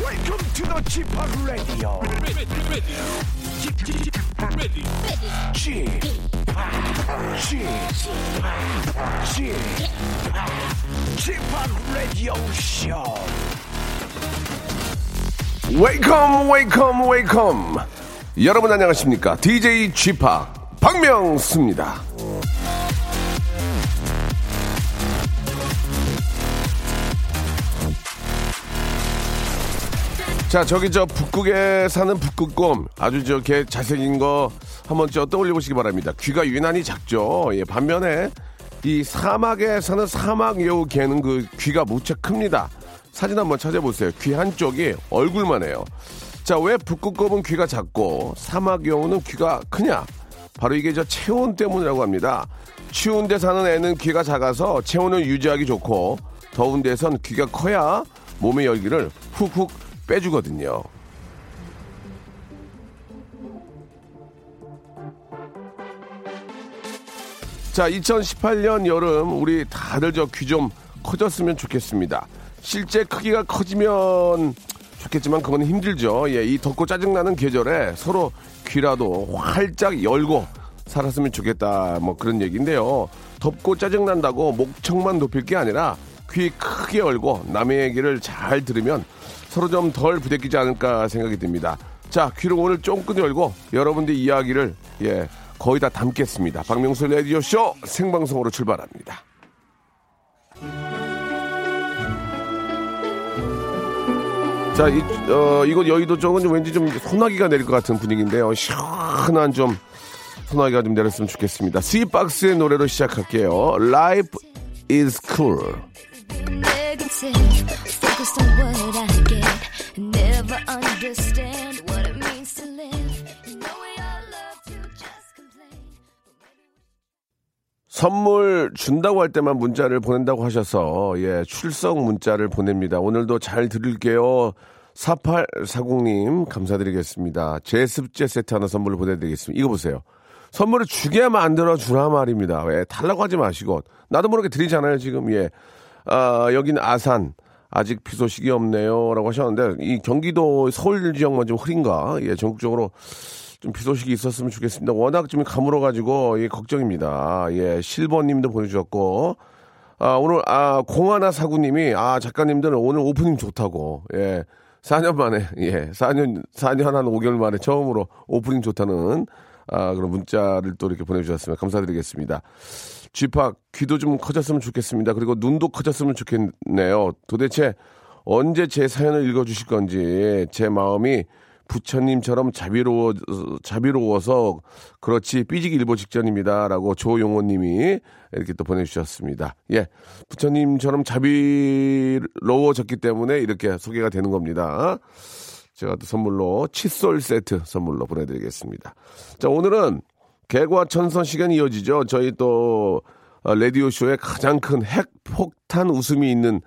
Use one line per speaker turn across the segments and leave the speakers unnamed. Welcome to the g p o p Radio.
ready, ready, ready, ready.
g p o p g p o p g p o p Radio Show.
웨이컴 웨이컴 웨이컴 여러분 안녕하십니까 DJ g p o p 박명수입니다 자 저기 저 북극에 사는 북극곰 아주 저렇게 잘생긴 거 한번 저 떠올려 보시기 바랍니다 귀가 유난히 작죠 예 반면에 이 사막에 사는 사막 여우 개는 그 귀가 무척 큽니다 사진 한번 찾아보세요 귀 한쪽이 얼굴만 해요 자 왜 북극곰은 귀가 작고 사막 여우는 귀가 크냐 바로 이게 저 체온 때문이라고 합니다. 추운 데 사는 애는 귀가 작아서 체온을 유지하기 좋고 더운 데선 귀가 커야 몸의 열기를 훅훅 빼주거든요. 자, 2018년 여름 우리 다들 저 귀 좀 커졌으면 좋겠습니다. 실제 크기가 커지면 좋겠지만 그건 힘들죠. 예, 이 덥고 짜증나는 계절에 서로 귀라도 활짝 열고 살았으면 좋겠다. 뭐 그런 얘기인데요. 덥고 짜증난다고 목청만 높일 게 아니라 귀 크게 열고 남의 얘기를 잘 들으면 서로 좀 덜 부대끼지 않을까 생각이 듭니다. 자, 귀를 오늘 쫑긋 열고 여러분들 이야기를 예, 거의 다 담겠습니다. 박명수 라디오 쇼 생방송으로 출발합니다. 자, 이, 어, 이곳 여의도 쪽은 좀 왠지 좀 소나기가 내릴 것 같은 분위기인데요. 시원한 좀 소나기가 좀 내렸으면 좋겠습니다. 스윗박스의 노래로 시작할게요. Life is cool.
Focused on what I get. Never understand what it means to live. You know we all love to just complain.
선물 준다고 할 때만 문자를 보낸다고 하셔서 예 출석 문자를 보냅니다. 오늘도 잘 들을게요. 4840님 감사드리겠습니다. 제습제 세트 하나 선물로 보내드리겠습니다. 이거 보세요. 선물을 주게만 안 들어주라 말입니다. 예, 달라고 하지 마시고 나도 모르게 드리잖아요 지금 예. 아 여기는 아산 아직 비 소식이 없네요라고 하셨는데 이 경기도 서울 지역만 좀 흐린가 예 전국적으로 좀 비 소식이 있었으면 좋겠습니다. 워낙 좀 가물어가지고 예, 걱정입니다. 예, 실버님도 보내주셨고 아, 오늘 아 공하나 사구님이 아 작가님들은 오늘 오프닝 좋다고 예 4년 만에 예 4년 4년 한 5개월 만에 처음으로 오프닝 좋다는 아 그런 문자를 또 이렇게 보내주셨으면 감사드리겠습니다. 쥐팍 귀도 좀 커졌으면 좋겠습니다. 그리고 눈도 커졌으면 좋겠네요. 도대체 언제 제 사연을 읽어주실 건지 제 마음이 부처님처럼 자비로워 자비로워서 그렇지 삐지기 일보 직전입니다라고 조용호님이 이렇게 또 보내주셨습니다. 예, 부처님처럼 자비로워졌기 때문에 이렇게 소개가 되는 겁니다. 제가 또 선물로 칫솔 세트 선물로 보내드리겠습니다. 자, 오늘은 개과천선 시간이 이어지죠. 저희 또 어, 라디오쇼의 가장 큰 핵폭탄 웃음이 있는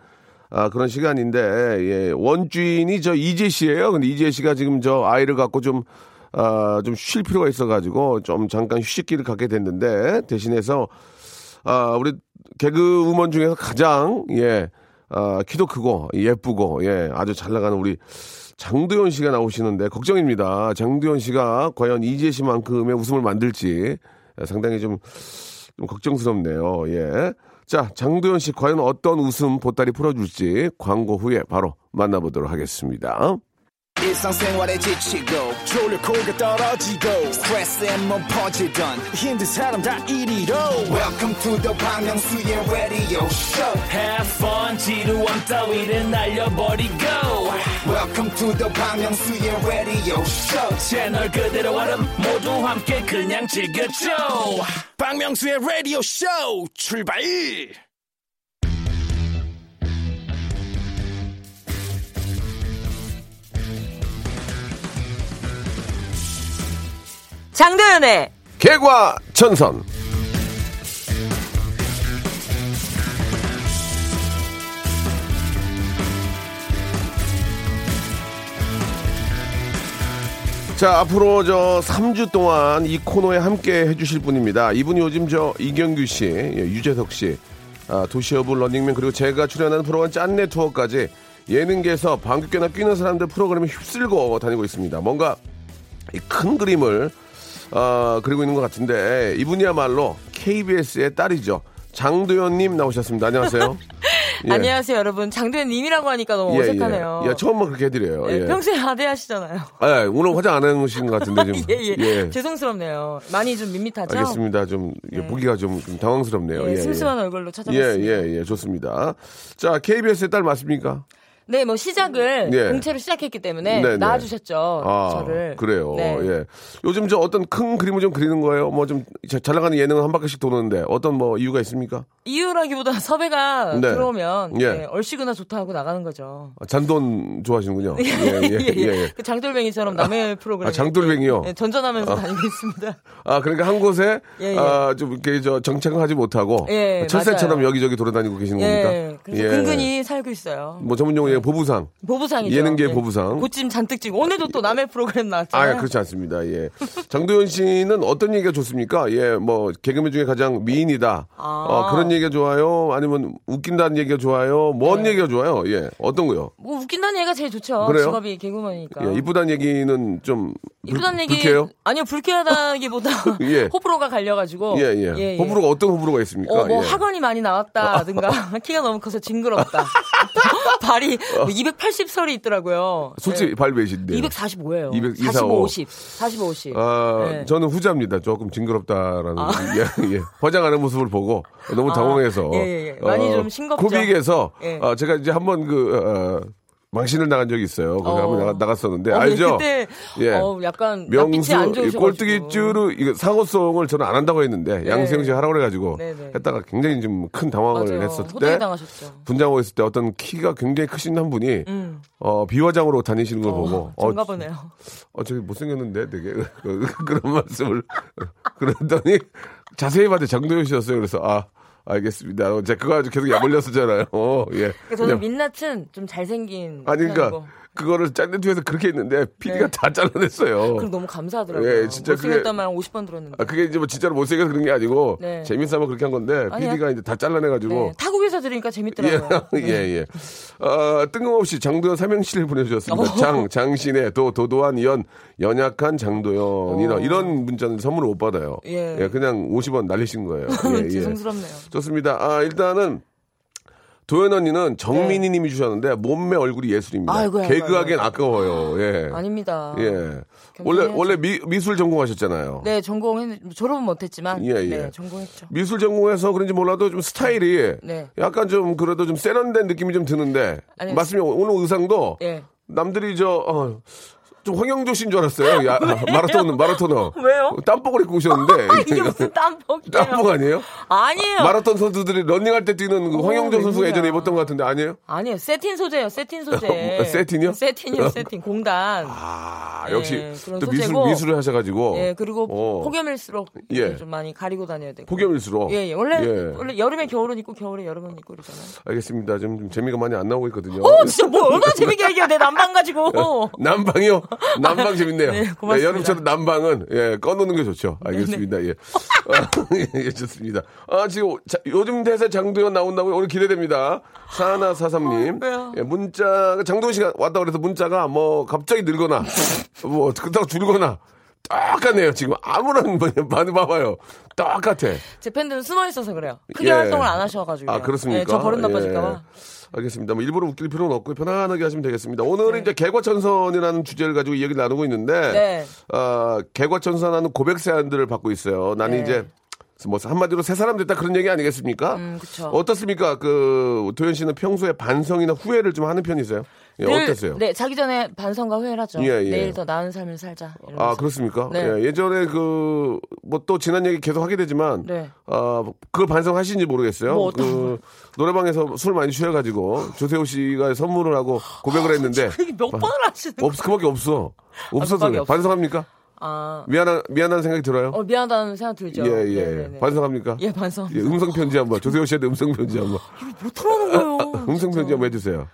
아, 그런 시간인데, 예, 원주인이 저 이재 씨예요 근데 이재 씨가 지금 저 아이를 갖고 좀, 아, 좀 쉴 필요가 있어가지고 좀 잠깐 휴식기를 갖게 됐는데, 대신해서, 아, 우리 개그우먼 중에서 가장, 예, 아, 키도 크고, 예쁘고, 예, 아주 잘 나가는 우리 장도연 씨가 나오시는데, 걱정입니다. 장도연 씨가 과연 이재 씨만큼의 웃음을 만들지, 예, 상당히 좀, 좀 걱정스럽네요. 예. 자, 장도연 씨 과연 어떤 웃음 보따리 풀어줄지 광고 후에 바로 만나보도록 하겠습니다.
일상생활에 지치고, 졸려 코가 떨어지고, 스트레스에 몸 퍼지던, 힘든 사람 다 이리로. welcome to the Bang Myung-soo's radio show
Have fun, 지루한 따위를 날려버리고.
welcome to the Bang Myung-soo's radio show
채널 그대로 얼음 모두 함께 그냥 즐겨줘.
박명수의 radio show 출발
장도연의
개과 천선. 자, 앞으로 저 3주 동안 이 코너에 함께 해주실 분입니다. 이분이 요즘 저 이경규 씨, 예, 유재석 씨, 아, 도시어블 런닝맨 그리고 제가 출연하는 프로그램 짠내 투어까지 예능계에서 방귀깨나 끼는 사람들 프로그램에 휩쓸고 다니고 있습니다. 뭔가 이 큰 그림을 아, 그리고 있는 것 같은데 이분이야말로 KBS의 딸이죠. 장도연님 나오셨습니다. 안녕하세요. 예.
안녕하세요, 여러분. 장도연님이라고 하니까 너무 어색하네요.
예. 야, 처음만 그렇게 해드려요.
예,
예.
평소에 아대하시잖아요.
아, 오늘 화장 안 하신 것 같은데 지금.
예, 예, 죄송스럽네요. 많이 좀 밋밋하죠? 네.
알겠습니다. 좀 이게 보기가 좀, 좀 당황스럽네요.
그렇죠. 예, 심심한 얼굴로 찾아봤습니다.
예, 예, 예, 좋습니다. 자, KBS의 딸 맞습니까?
네, 뭐 시작을
예.
공채로 시작했기 때문에
네, 네.
낳아주셨죠, 어, 저를.
그래요.
네.
예. 요즘 저 어떤 큰 그림을 좀 그리는 거예요? 뭐 좀 잘 나가는 예능은 한 바퀴씩 도는데 어떤 뭐 이유가 있습니까?
이유라기보다 섭외가
네.
들어오면
예.
네, 얼씨구나 좋다 하고 나가는 거죠.
아, 잔돈 좋아하시는군요. 예, 예, 예. 예.
그 장돌뱅이처럼 남의 프로그램
아, 장돌뱅이요?
네, 전전하면서 다니고 있습니다.
아, 그러니까 한 곳에
예, 예.
아, 좀 이렇게 저 정착하지 못하고
예,
철새처럼
맞아요.
여기저기 돌아다니고 계시는
예,
겁니까? 예.
그래서 근근히 네. 살고 있어요.
뭐 전문 용어의 보부상.
보부상이죠. 네.
예능계 보부상.
고찜 잔뜩 찍고 오늘도 또 남의 프로그램
아,
나왔잖아요.
예, 그렇지 않습니다. 예. 장도연 씨는 어떤 얘기가 좋습니까? 예, 뭐 개그맨 중에 가장 미인이다.
아.
어, 그런 얘기가 좋아요. 아니면 웃긴다는 얘기가 좋아요. 뭔
네.
얘기가 좋아요? 예, 어떤 거요?
뭐 웃긴다는 얘기가 제일 좋죠.
그래요?
직업이 개그맨이니까.
예, 이쁘다는 얘기는 좀 불,
아. 이쁘다는 얘기
불쾌해요?
아니요 불쾌하다기보다
예.
호불호가 갈려가지고
예, 예. 호불호가 어떤 호불호가 있습니까?
어, 뭐
예.
학원이 많이 나왔다든가 키가 너무 커서 징그럽다 발이
어.
280설이 있더라고요
솔직히 발 외신데.
245예요
200,
45, 50 45, 50
어. 아,
네.
저는 후자입니다. 조금 징그럽다라는 예, 예. 화장하는 모습을 보고 너무
아,
당황해서 어,
예, 예, 예. 많이 좀 싱겁죠?
코빅에서
예.
아, 제가 이제 한번 그 어, 망신을 나간 적이 있어요. 거기
어.
한번 나가- 나갔었는데
어,
예, 알죠? 예.
근데 그때 어, 약간 낯빛이 안
명수
좋으셔가지고. 예.
꼴뚜기 쭈루 이거 상호송을 저는 안 한다고 했는데 양세형 씨 하라고 그래가지고
네, 네.
했다가 굉장히 좀 큰 당황을
맞아요.
했었을
호되게
때
당하셨죠.
분장하고 있을 때 어떤 키가 굉장히 크신 한 분이
음.
어, 비화장으로 다니시는 걸 보고 어,
가 보네요
어, 저기 못생겼는데 되게 그런 말씀을 그랬더니 자세히 봤더니 장도연 씨였어요. 그래서 아 알겠습니다. 제가 그거 아주 계속 약올렸었잖아요. 어, 예.
그러니까
그냥-
저는 민낯은 좀 잘생긴
아니 그러니까
편이고.
그거를 짠 뒤에서 그렇게 했는데 PD가 다 잘라냈어요.
네. 그럼 너무 감사하더라고요
예, 진짜 그게-
못생겼단 말 50번 들었는데
아, 그게 이제 뭐 진짜로 못생겨서 그런 게 아니고
네.
재밌어서 그렇게 한 건데
아니야.
PD가 이제 다 잘라내가지고
네, 타국에서 들으니까 재밌더라고요
뭐. 예, 예, 예. 어, 뜬금없이 장도연 삼행시를
어.
보내주셨습니다. 장, 장신의 도, 도도한 연, 연약한 장도연. 이런, 이런 문자는 선물을 못 받아요.
어. 예.
그냥 50원 날리신 거예요. 예, 예.
죄송스럽네요
좋습니다. 아, 일단은. 도연 언니는 정민희 님이 주셨는데 몸매 얼굴이 예술입니다.
네. 아이고야,
개그하기엔
아이고야.
아까워요. 예.
아닙니다.
예. 원래 원래 미, 미술 전공하셨잖아요.
네, 전공했 졸업은 못했지만
예, 예.
네, 전공했죠.
미술 전공해서 그런지 몰라도 좀 스타일이
네.
약간 좀 그래도 좀 세련된 느낌이 좀 드는데
아니,
맞습니다. 오늘 의상도
예.
남들이 저 어, 좀 황영조 씨인 줄 알았어요. 야, 마라톤 마라토너.
아, 왜요? 아,
땀복을 입고 오셨는데
이게 무슨 땀복이에요?
땀복 아니에요?
아니에요.
마라톤 선수들이 런닝할 때 뛰는 그
오,
황영조 선수가
웬일이야.
예전에 입었던 것 같은데 아니에요?
아니에요. 세틴 소재예요. 세틴 소재.
뭐, 세틴이요?
세틴이요. 세틴 공단.
아
예,
역시
그런
또 미술
소재고.
미술을 하셔가지고
예, 그리고
어,
폭염일수록
예.
좀 많이 가리고 다녀야 되고.
폭염일수록
예, 예. 원래
예.
원래 여름에 겨울은 입고 겨울에 여름은 입고 그러잖아요.
알겠습니다. 지금 좀 재미가 많이 안 나오고 있거든요.
어, 진짜 뭐 얼마나 재밌게 얘기해. 내 난방 가지고.
예. 난방이요? 난방 재밌네요.
네, 고맙습니다. 네,
여름처럼 난방은, 예, 꺼놓는 게 좋죠. 알겠습니다. 예. 아, 예, 예, 좋습니다. 아, 지금 자, 요즘 대세 장도연 나온다고 오늘 기대됩니다. 사나사삼님.
어, 왜요?
예, 문자가, 장도연 씨가 왔다 그래서 문자가 뭐 갑자기 늘거나, 뭐, 그렇다고 줄거나. 똑같네요. 지금 아무런 반응 봐봐요. 똑같아.
제 팬들은 숨어 있어서 그래요. 크게
예.
활동을 안 하셔 가지고.
아 그렇습니까?
네, 저 버릇 나빠질까
예.
봐.
알겠습니다. 뭐 일부러 웃길 필요는 없고 편안하게 하시면 되겠습니다. 오늘은 이제 개과천선이라는 주제를 가지고 이야기 나누고 있는데,
네.
아, 개과천선하는 고백 사연들을 받고 있어요. 나는
네.
이제 뭐 한마디로 새 사람 됐다 그런 얘기 아니겠습니까?
음, 그쵸.
어떻습니까? 그 도현 씨는 평소에 반성이나 후회를 좀 하는 편이세요? 예,
늘,
어땠어요?
네, 자기 전에 반성과 후회를 하죠.
예, 예.
내일 더 나은 삶을 살자. 이러면서.
아 그렇습니까?
네.
예, 예전에 그 뭐 또 지난 얘기 계속 하게 되지만
네.
아 그걸 반성하시는지 모르겠어요.
뭐 어떤
그 노래방에서 술 많이 취해가지고 조세호 씨가 선물을 하고
아,
고백을 했는데
이게 몇 번을 하시는
없 그밖에 없어 없어서
그밖에
그래.
없어.
반성합니까?
아,
미안한 미안한 생각이 들어요.
어, 미안하다는 생각 들죠.
예 예.
네네네.
반성합니까?
예, 반성.
예, 음성 편지 한번 조세호 씨한테 음성 편지 한번
뭐 틀어놓은 거예요.
음성
진짜.
편지 한번 해주세요.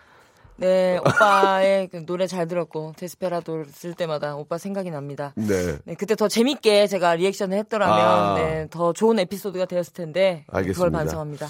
네, 오빠의 그 노래 잘 들었고, 데스페라도 쓸 때마다 오빠 생각이 납니다.
네.
네, 그때 더 재밌게 제가 리액션을 했더라면,
아.
네, 더 좋은 에피소드가 되었을 텐데,
알겠습니다.
그걸 반성합니다.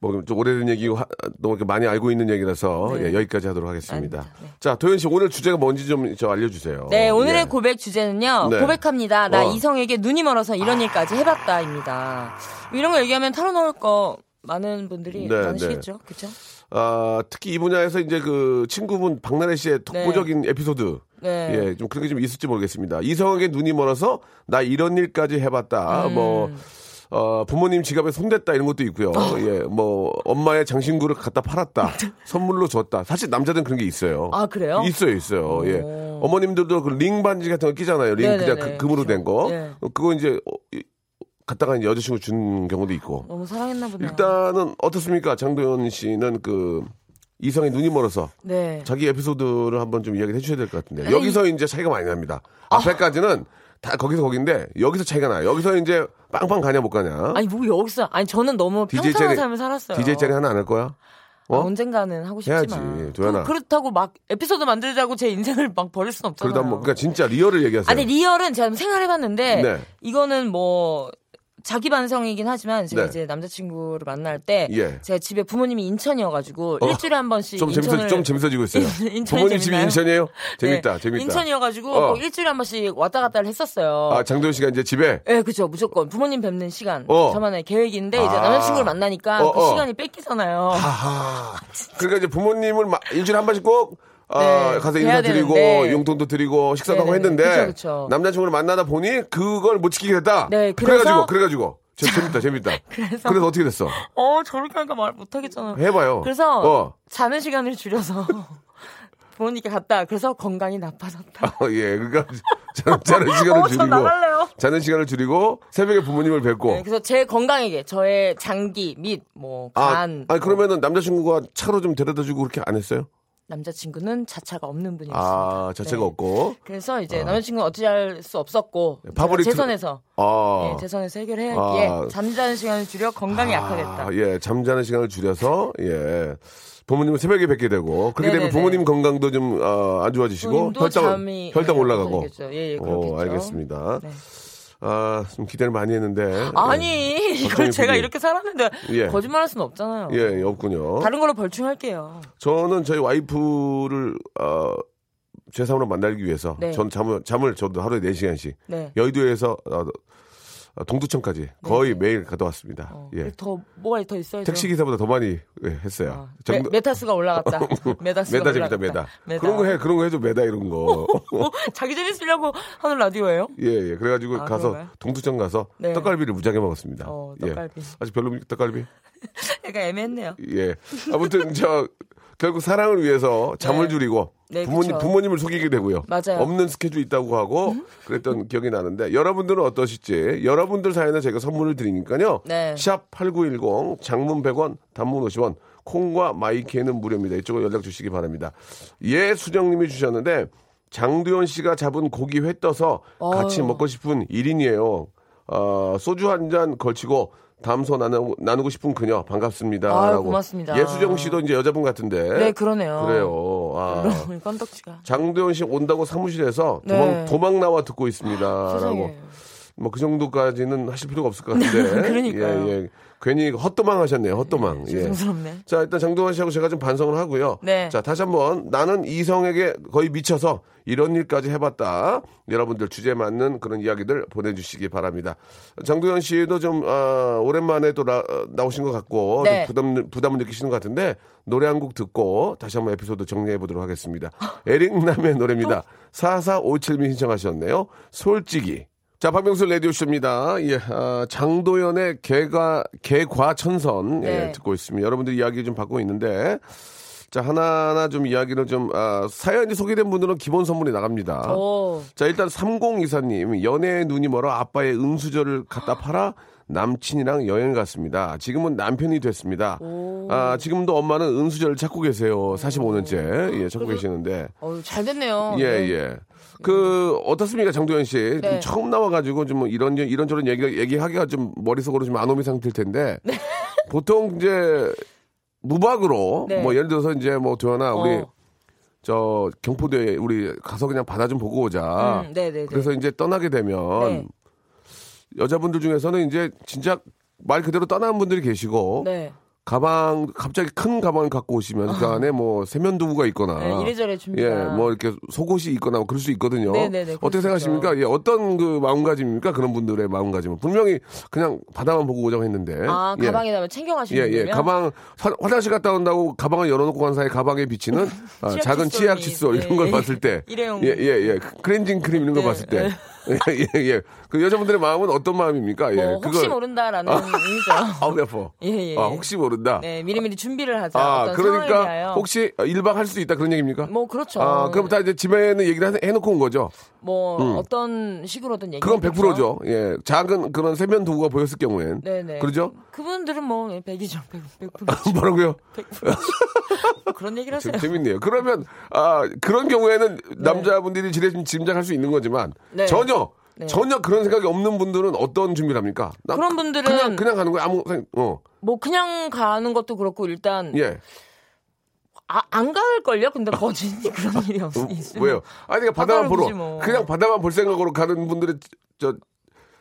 뭐, 좀 오래된 얘기고, 하- 너무 이렇게 많이 알고 있는 얘기라서,
네.
예, 여기까지 하도록 하겠습니다.
아닙니다. 네.
자, 도현 씨, 오늘 주제가 뭔지 좀 저 알려주세요.
네, 오늘의
예.
고백 주제는요.
네.
고백합니다. 나
어. 아.
이성에게 눈이 멀어서 이런 일까지 해봤다입니다. 이런 거 얘기하면 털어놓을 거 많은 분들이
네,
많으시겠죠, 그렇죠?
아, 특히 이 분야에서 이제 그 친구분 박나래 씨의 독보적인 에피소드.
네.
예, 좀 그런 게 좀 있을지 모르겠습니다. 이성에게 눈이 멀어서 나 이런 일까지 해봤다.
음.
뭐, 어, 부모님 지갑에 손댔다 이런 것도 있고요.
어.
예, 뭐, 엄마의 장신구를 갖다 팔았다. 선물로 줬다. 사실 남자들은 그런 게 있어요.
아, 그래요?
있어요, 있어요. 예.
오.
어머님들도 그 링 반지 같은 거 끼잖아요. 링 그냥 그,
네네네.
금으로 된 거.
네.
그거 이제 어, 이- 갖다가 이제 여자친구 준 경우도 있고.
너무 사랑했나 보다.
일단은 어떻습니까? 장도연 씨는 그 이성의 눈이 멀어서
네.
자기 에피소드를 한번 좀 이야기해 주셔야 될 것 같은데
아니, 아.
여기서 이제 차이가 많이 납니다. 앞에까지는 다 거기서 거긴데 여기서 차이가 나요. 여기서 이제 빵빵 가냐 못 가냐.
아니 뭐 여기서 아니 저는 너무
DJ
평탄한
짜리-
삶을 살았어요.
DJ 자리 하나 안 할 거야? 어?
아, 언젠가는 하고
해야지,
싶지만
도연아.
그- 그렇다고 막 에피소드 만들자고 제 인생을 막 버릴 순 없잖아요.
그러다 한번 그러니까 진짜 리얼을 얘기하세요.
아니 리얼은 제가 생각해봤는데
네.
이거는 뭐 자기 반성이긴 하지만 제가
네.
이제 남자친구를 만날 때
예.
제가 집에 부모님이 인천이어가지고
어,
일주일에 한 번씩
좀 재밌어
인천을
좀 재밌어지고 있어요.
인천이
부모님 집이
재밌나요?
인천이에요?
네,
재밌다, 재밌다.
인천이어가지고
어.
꼭 일주일에 한 번씩 왔다 갔다를 했었어요.
아 장도연 씨가 이제 집에
예, 그죠. 무조건 부모님 뵙는 시간.
어.
저만의 계획인데 이제
아.
남자친구를 만나니까
어,
그
어.
시간이 뺏기잖아요.
아하. 그러니까 이제 부모님을 막 일주일에 한 번씩 꼭 아,
네,
가서
돼야
인사 드리고
되는데.
용돈도 드리고 식사도 하고
네네.
했는데
그쵸, 그쵸.
남자친구를 만나다 보니 그걸 못 지키게 됐다.
네,
그래가지고
그래서-
그래가지고 재- 재밌다 재밌다.
그래서-
어떻게 됐어?
어, 저렇게 하니까 말 못하겠잖아요.
해봐요.
그래서
어.
자는 시간을 줄여서 부모님께 갔다. 그래서 건강이 나빠졌다.
어, 예, 그러니까 자- 자는 시간을
어, 저
줄이고
나갈래요.
자는 시간을 줄이고 새벽에 부모님을 뵙고
네, 그래서 제 건강에게 저의 장기 및 뭐
아,
간
아니 그러면은 남자친구가 차로 좀 데려다주고 그렇게 안 했어요?
남자친구는 자차가 없는 분이었어요.
아, 자체가
네.
없고.
그래서 이제 남자친구는 어찌할 수 없었고
네, 파브릭
제가 재선에서
아,
예, 재선에서 해결해야 하기에
아.
잠자는 시간을 줄여 건강이 약하겠다.
아, 예, 잠자는 시간을 줄여서 예. 부모님은 새벽에 뵙게 되고 그렇게 되면
네네네.
부모님 건강도 좀 안 좋아지시고
부모님도
혈당
잠이-
혈당
네,
올라가고.
그렇겠죠. 예, 예,
오,
그렇겠죠.
알겠습니다.
네.
아, 좀 기대를 많이 했는데.
아니 이걸 제가
네. PD.
이렇게 살았는데
예.
거짓말할 수는 없잖아요.
예, 예, 없군요.
다른 걸로 벌충할게요.
저는 저희 와이프를 어, 제 삶으로 만나기 위해서
네.
전 잠을 잠을 저도 하루에 4시간씩
네.
여의도에서 어, 어, 동두천까지 거의 매일 갔다 왔습니다.
어,
예.
더 뭐가 더 있어야죠.
택시 기사보다 더 많이 예, 했어요.
아,
정도-
메, 타스 가 올라갔다. 메타스가
메다 재밌다
올라갔다.
메다.
메다.
그런 거 해 그런 거 해줘 메다 이런 거.
어, 자기 재밌으려고 하는 라디오예요?
예예 그래가지고
아,
가서
그런가요?
동두천 가서
네.
떡갈비를 무지하게 먹었습니다.
어, 떡갈비.
예. 아직 별로입니까 떡갈비?
약간 애매했네요.
예 아무튼 저 결국 사랑을 위해서 잠을
네.
줄이고
네,
부모님
그쵸.
부모님을 속이게 되고요.
맞아요. 음?
없는 스케줄 있다고 하고 그랬던 기억이 나는데 여러분들은 어떠실지 여러분들 사연에 제가 선물을 드리니까요.
네.
샵 #8910 장문 100원, 단문 50원, 콩과 마이키에는 무료입니다. 이쪽으로 연락 주시기 바랍니다. 예 수정님이 주셨는데 장두현 씨가 잡은 고기 회 떠서 같이 먹고 싶은 1인이에요. 어, 소주 한 잔 걸치고 담소 나누, 나누고 싶은 그녀 반갑습니다.
아유,
라고.
고맙습니다.
예수정 씨도 이제 여자분 같은데.
네, 그러네요.
그래요. 아.
여러분, 건덕지가.
장도연 씨 온다고 사무실에서
네.
도망,
아,
도망 나와 듣고 있습니다라고
세상에. 네,
뭐 그 정도까지는 하실 필요가 없을 것 같은데 예,
그러니까요.
예. 괜히 헛도망 하셨네요 헛도망 예.
죄송스럽네.
자 일단 장도연 씨하고 제가 좀 반성을 하고요
네.
자 다시 한번 나는 이성에게 거의 미쳐서 이런 일까지 해봤다 여러분들 주제에 맞는 그런 이야기들 보내주시기 바랍니다 장도연 씨도 좀 아, 오랜만에 또 나, 나오신 것 같고
네.
좀 부담, 부담을 느끼시는 것 같은데 노래 한 곡 듣고 다시 한번 에피소드 정리해 보도록 하겠습니다.
아.
에릭남의 노래입니다. 4457님 신청하셨네요. 솔직히. 자, 박명수 라디오쇼입니다. 예, 아, 장도연의 개가, 개과천선. 예,
네.
듣고 있습니다. 여러분들 이야기 좀 받고 있는데. 자, 하나하나 좀 이야기를 좀, 아, 사연이 소개된 분들은 기본 선물이 나갑니다.
오,
자 일단 3024님 연애의 눈이 멀어 아빠의 은수저를 갖다 팔아 남친이랑 여행 갔습니다. 지금은 남편이 됐습니다. 아 지금도 엄마는 은수저를 찾고 계세요. 45년째 예 찾고 계시는데
어우, 잘 됐네요.
예
네.
예. 그 어떻습니까 장도연 씨? 좀
네.
처음 나와가지고 좀 뭐 이런 이런저런 얘기 얘기하기가 좀 머릿속으로 좀 안 오미 상태일 텐데
네.
보통 이제 무박으로
네.
뭐 예를 들어서 이제 뭐 도연아 우리
어.
저 경포대 우리 가서 그냥 바다 좀 보고 오자.
음, 네네네.
아. 그래서 이제 떠나게 되면
네.
여자분들 중에서는 이제 진짜 말 그대로 떠나는 분들이 계시고
네.
가방 갑자기 큰 가방을 갖고 오시면 그 안에 뭐 세면도구가 있거나
아. 네, 이래저래 줍니다.
예, 뭐 이렇게 속옷이 있거나 뭐 그럴 수 있거든요.
네네네, 그럴
어떻게
수
생각하십니까? 예, 어떤 그 마음가짐입니까? 그런 분들의 마음가짐은 분명히 그냥 바다만 보고 오자고 했는데
아
예.
가방에다가 챙겨가시는
예,
분이면
예. 가방, 화, 화장실 갔다 온다고 가방을 열어놓고 간 사이 가방에 비치는 아,
치약
작은
칫솔이-
치약 칫솔 이런 걸
예,
봤을 때.
일회용.
예, 예, 예. 크렌징 크림 이런 걸
네,
봤을 때. 예, 예, 예. 그 여자분들의 마음은 어떤 마음입니까? 예. 아.
뭐 혹시 모른다라는 의미죠.
아우, 아파.
예, 예,
아,
예.
혹시 모른다.
네 미리미리 준비를 하자.
아,
어떤 상황에
그러니까
대하여.
혹시 일박 할 수 있다 그런 얘기입니까?
뭐 그렇죠.
아, 그럼 다 이제 집에는 얘기를 해- 해놓고 온 거죠.
뭐 어떤 식으로든 얘기.
그건 100%죠. 예. 작은 그런 세면 도구가 보였을 경우엔.
네네.
그러죠?
그분들은 뭐 100이죠. 100, 100%.
뭐라고요?
그런 얘기를
재-
하세요.
재밌네요. 그러면 아 그런 경우에는 남자분들이 지레 짐작할 수 있는 거지만
네.
전혀
네.
전혀 그런 생각이 없는 분들은 어떤 준비를 합니까? 나
그런 분들은
그냥 그냥 가는 거야 아무 생각- 어.
뭐 그냥 가는 것도 그렇고 일단
예.
아, 안 갈걸요? 근데 거진이 그런 일이 없, 있으면.
어, 왜요? 아니 그냥 바다만
바다를
보러
보지 뭐.
그냥 바다만 볼 생각으로 가는 분들의 저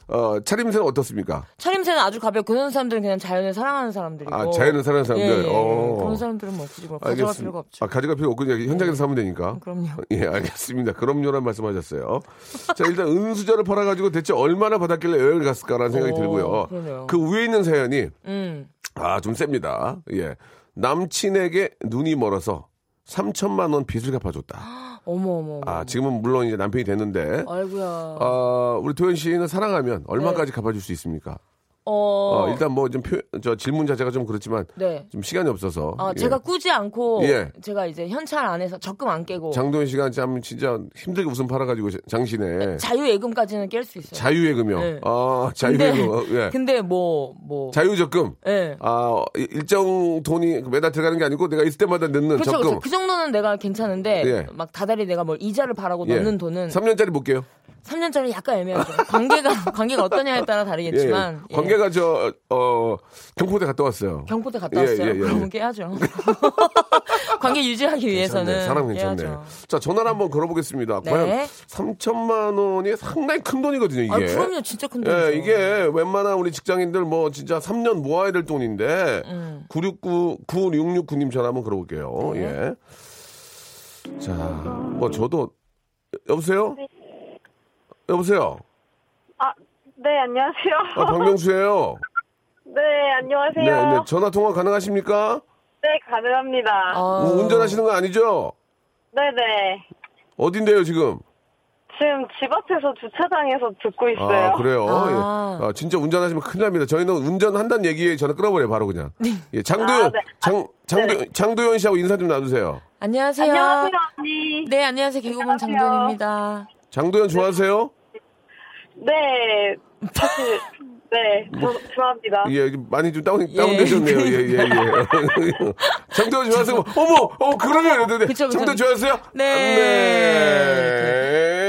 어, 차림새는 어떻습니까?
차림새는 아주 가볍고 그런 사람들은 그냥 자연을 사랑하는 사람들이고.
아, 자연을 사랑하는 사람들.
예, 예.
어.
그런 사람들은 뭐 굳이 뭐 가져갈 필요가
알겠습니다.
없죠.
아, 가져갈 필요 없군요. 현장에서 사면 되니까.
그럼요.
예, 알겠습니다. 그럼요란 말씀하셨어요. 자, 일단 은수저를 팔아가지고 대체 얼마나 받았길래 여행을 갔을까라는 생각이
오,
들고요.
어, 그러네요.
그 위에 있는 사연이
음.
아, 좀 셉니다. 예. 남친에게 눈이 멀어서 3천만 원 빚을 갚아줬다.
어머 어머. 어머.
아, 지금은 물론 이제 남편이 됐는데.
아이고야.
아, 우리 도현 씨는 사랑하면 얼마까지 갚아줄 수 있습니까?
네. 어.
어, 일단 뭐 좀 표, 저 질문 자체가 좀 그렇지만
네.
좀 시간이 없어서.
아,
예.
제가 꾸지 않고
예.
제가 이제 현찰 안에서 적금 안 깨고
장도현 씨가 참 진짜 힘들게 웃음 팔아가지고
네.
장신에
자유예금까지는 깰 수 있어요.
자유예금이요.
네.
아,
근데,
자유예금. 어, 예.
근데 뭐 뭐.
자유적금.
예.
아, 이- 일정 돈이 매달 들어가는 게 아니고 내가 있을 때마다 넣는
그렇죠,
적금.
그렇죠. 그 정도는 내가 괜찮은데
예.
막 다달이 내가 뭘 이자를 바라고
예.
넣는 돈은
3년짜리 볼게요.
3년짜리 약간 애매하죠. 관계가 관계가 어떠냐에 따라
예, 예.
다르겠지만 예.
관계가 저, 어, 경포대 갔다 왔어요.
경포대 갔다
예,
왔어요.
예, 예,
그럼
예.
깨야죠. 관계 유지하기
괜찮네.
위해서는
사람 괜찮네.
깨야죠.
자, 전화를 한번 걸어보겠습니다.
네.
과연 3천만 원이 상당히 큰 돈이거든요, 이게.
아, 그럼요, 진짜 큰 돈이죠.
예, 이게 웬만한 우리 직장인들 뭐 진짜 3년 모아야 될 돈인데 969 9669님 전화 한번 걸어볼게요. 예. 자, 뭐 저도 여보세요?
네.
여보세요.
아, 네, 안녕하세요.
아, 박명수예요.
네,
네,
안녕하세요. 네,
네. 전화 통화 가능하십니까?
가능합니다.
아,
우- 운전하시는 거 아니죠?
네네.
어딘데요, 지금?
지금 집 앞에서 주차장에서 듣고 있어요.
아, 그래요?
아.
예. 아, 진짜 운전하시면 큰일 납니다. 저희는 운전한다는 얘기에 전화 끊어버려요, 바로 그냥. 예, 장도연,
아, 네.
장, 장도연, 장도연 씨하고 인사 좀 나누세요.
안녕하세요.
안녕하세요, 언니.
네, 안녕하세요. 개그맨
안녕하세요.
장도연입니다.
장도연 좋아하세요?
네, 사실, 네, 저- 좋아합니다.
예, 좀 많이 좀 다운, 다운되셨네요. 예, 예, 예. 장도연 좋아하세요? 어머! 어, 그러면 되는데.
그쵸, 그쵸.
장도연 좋아하세요?
네.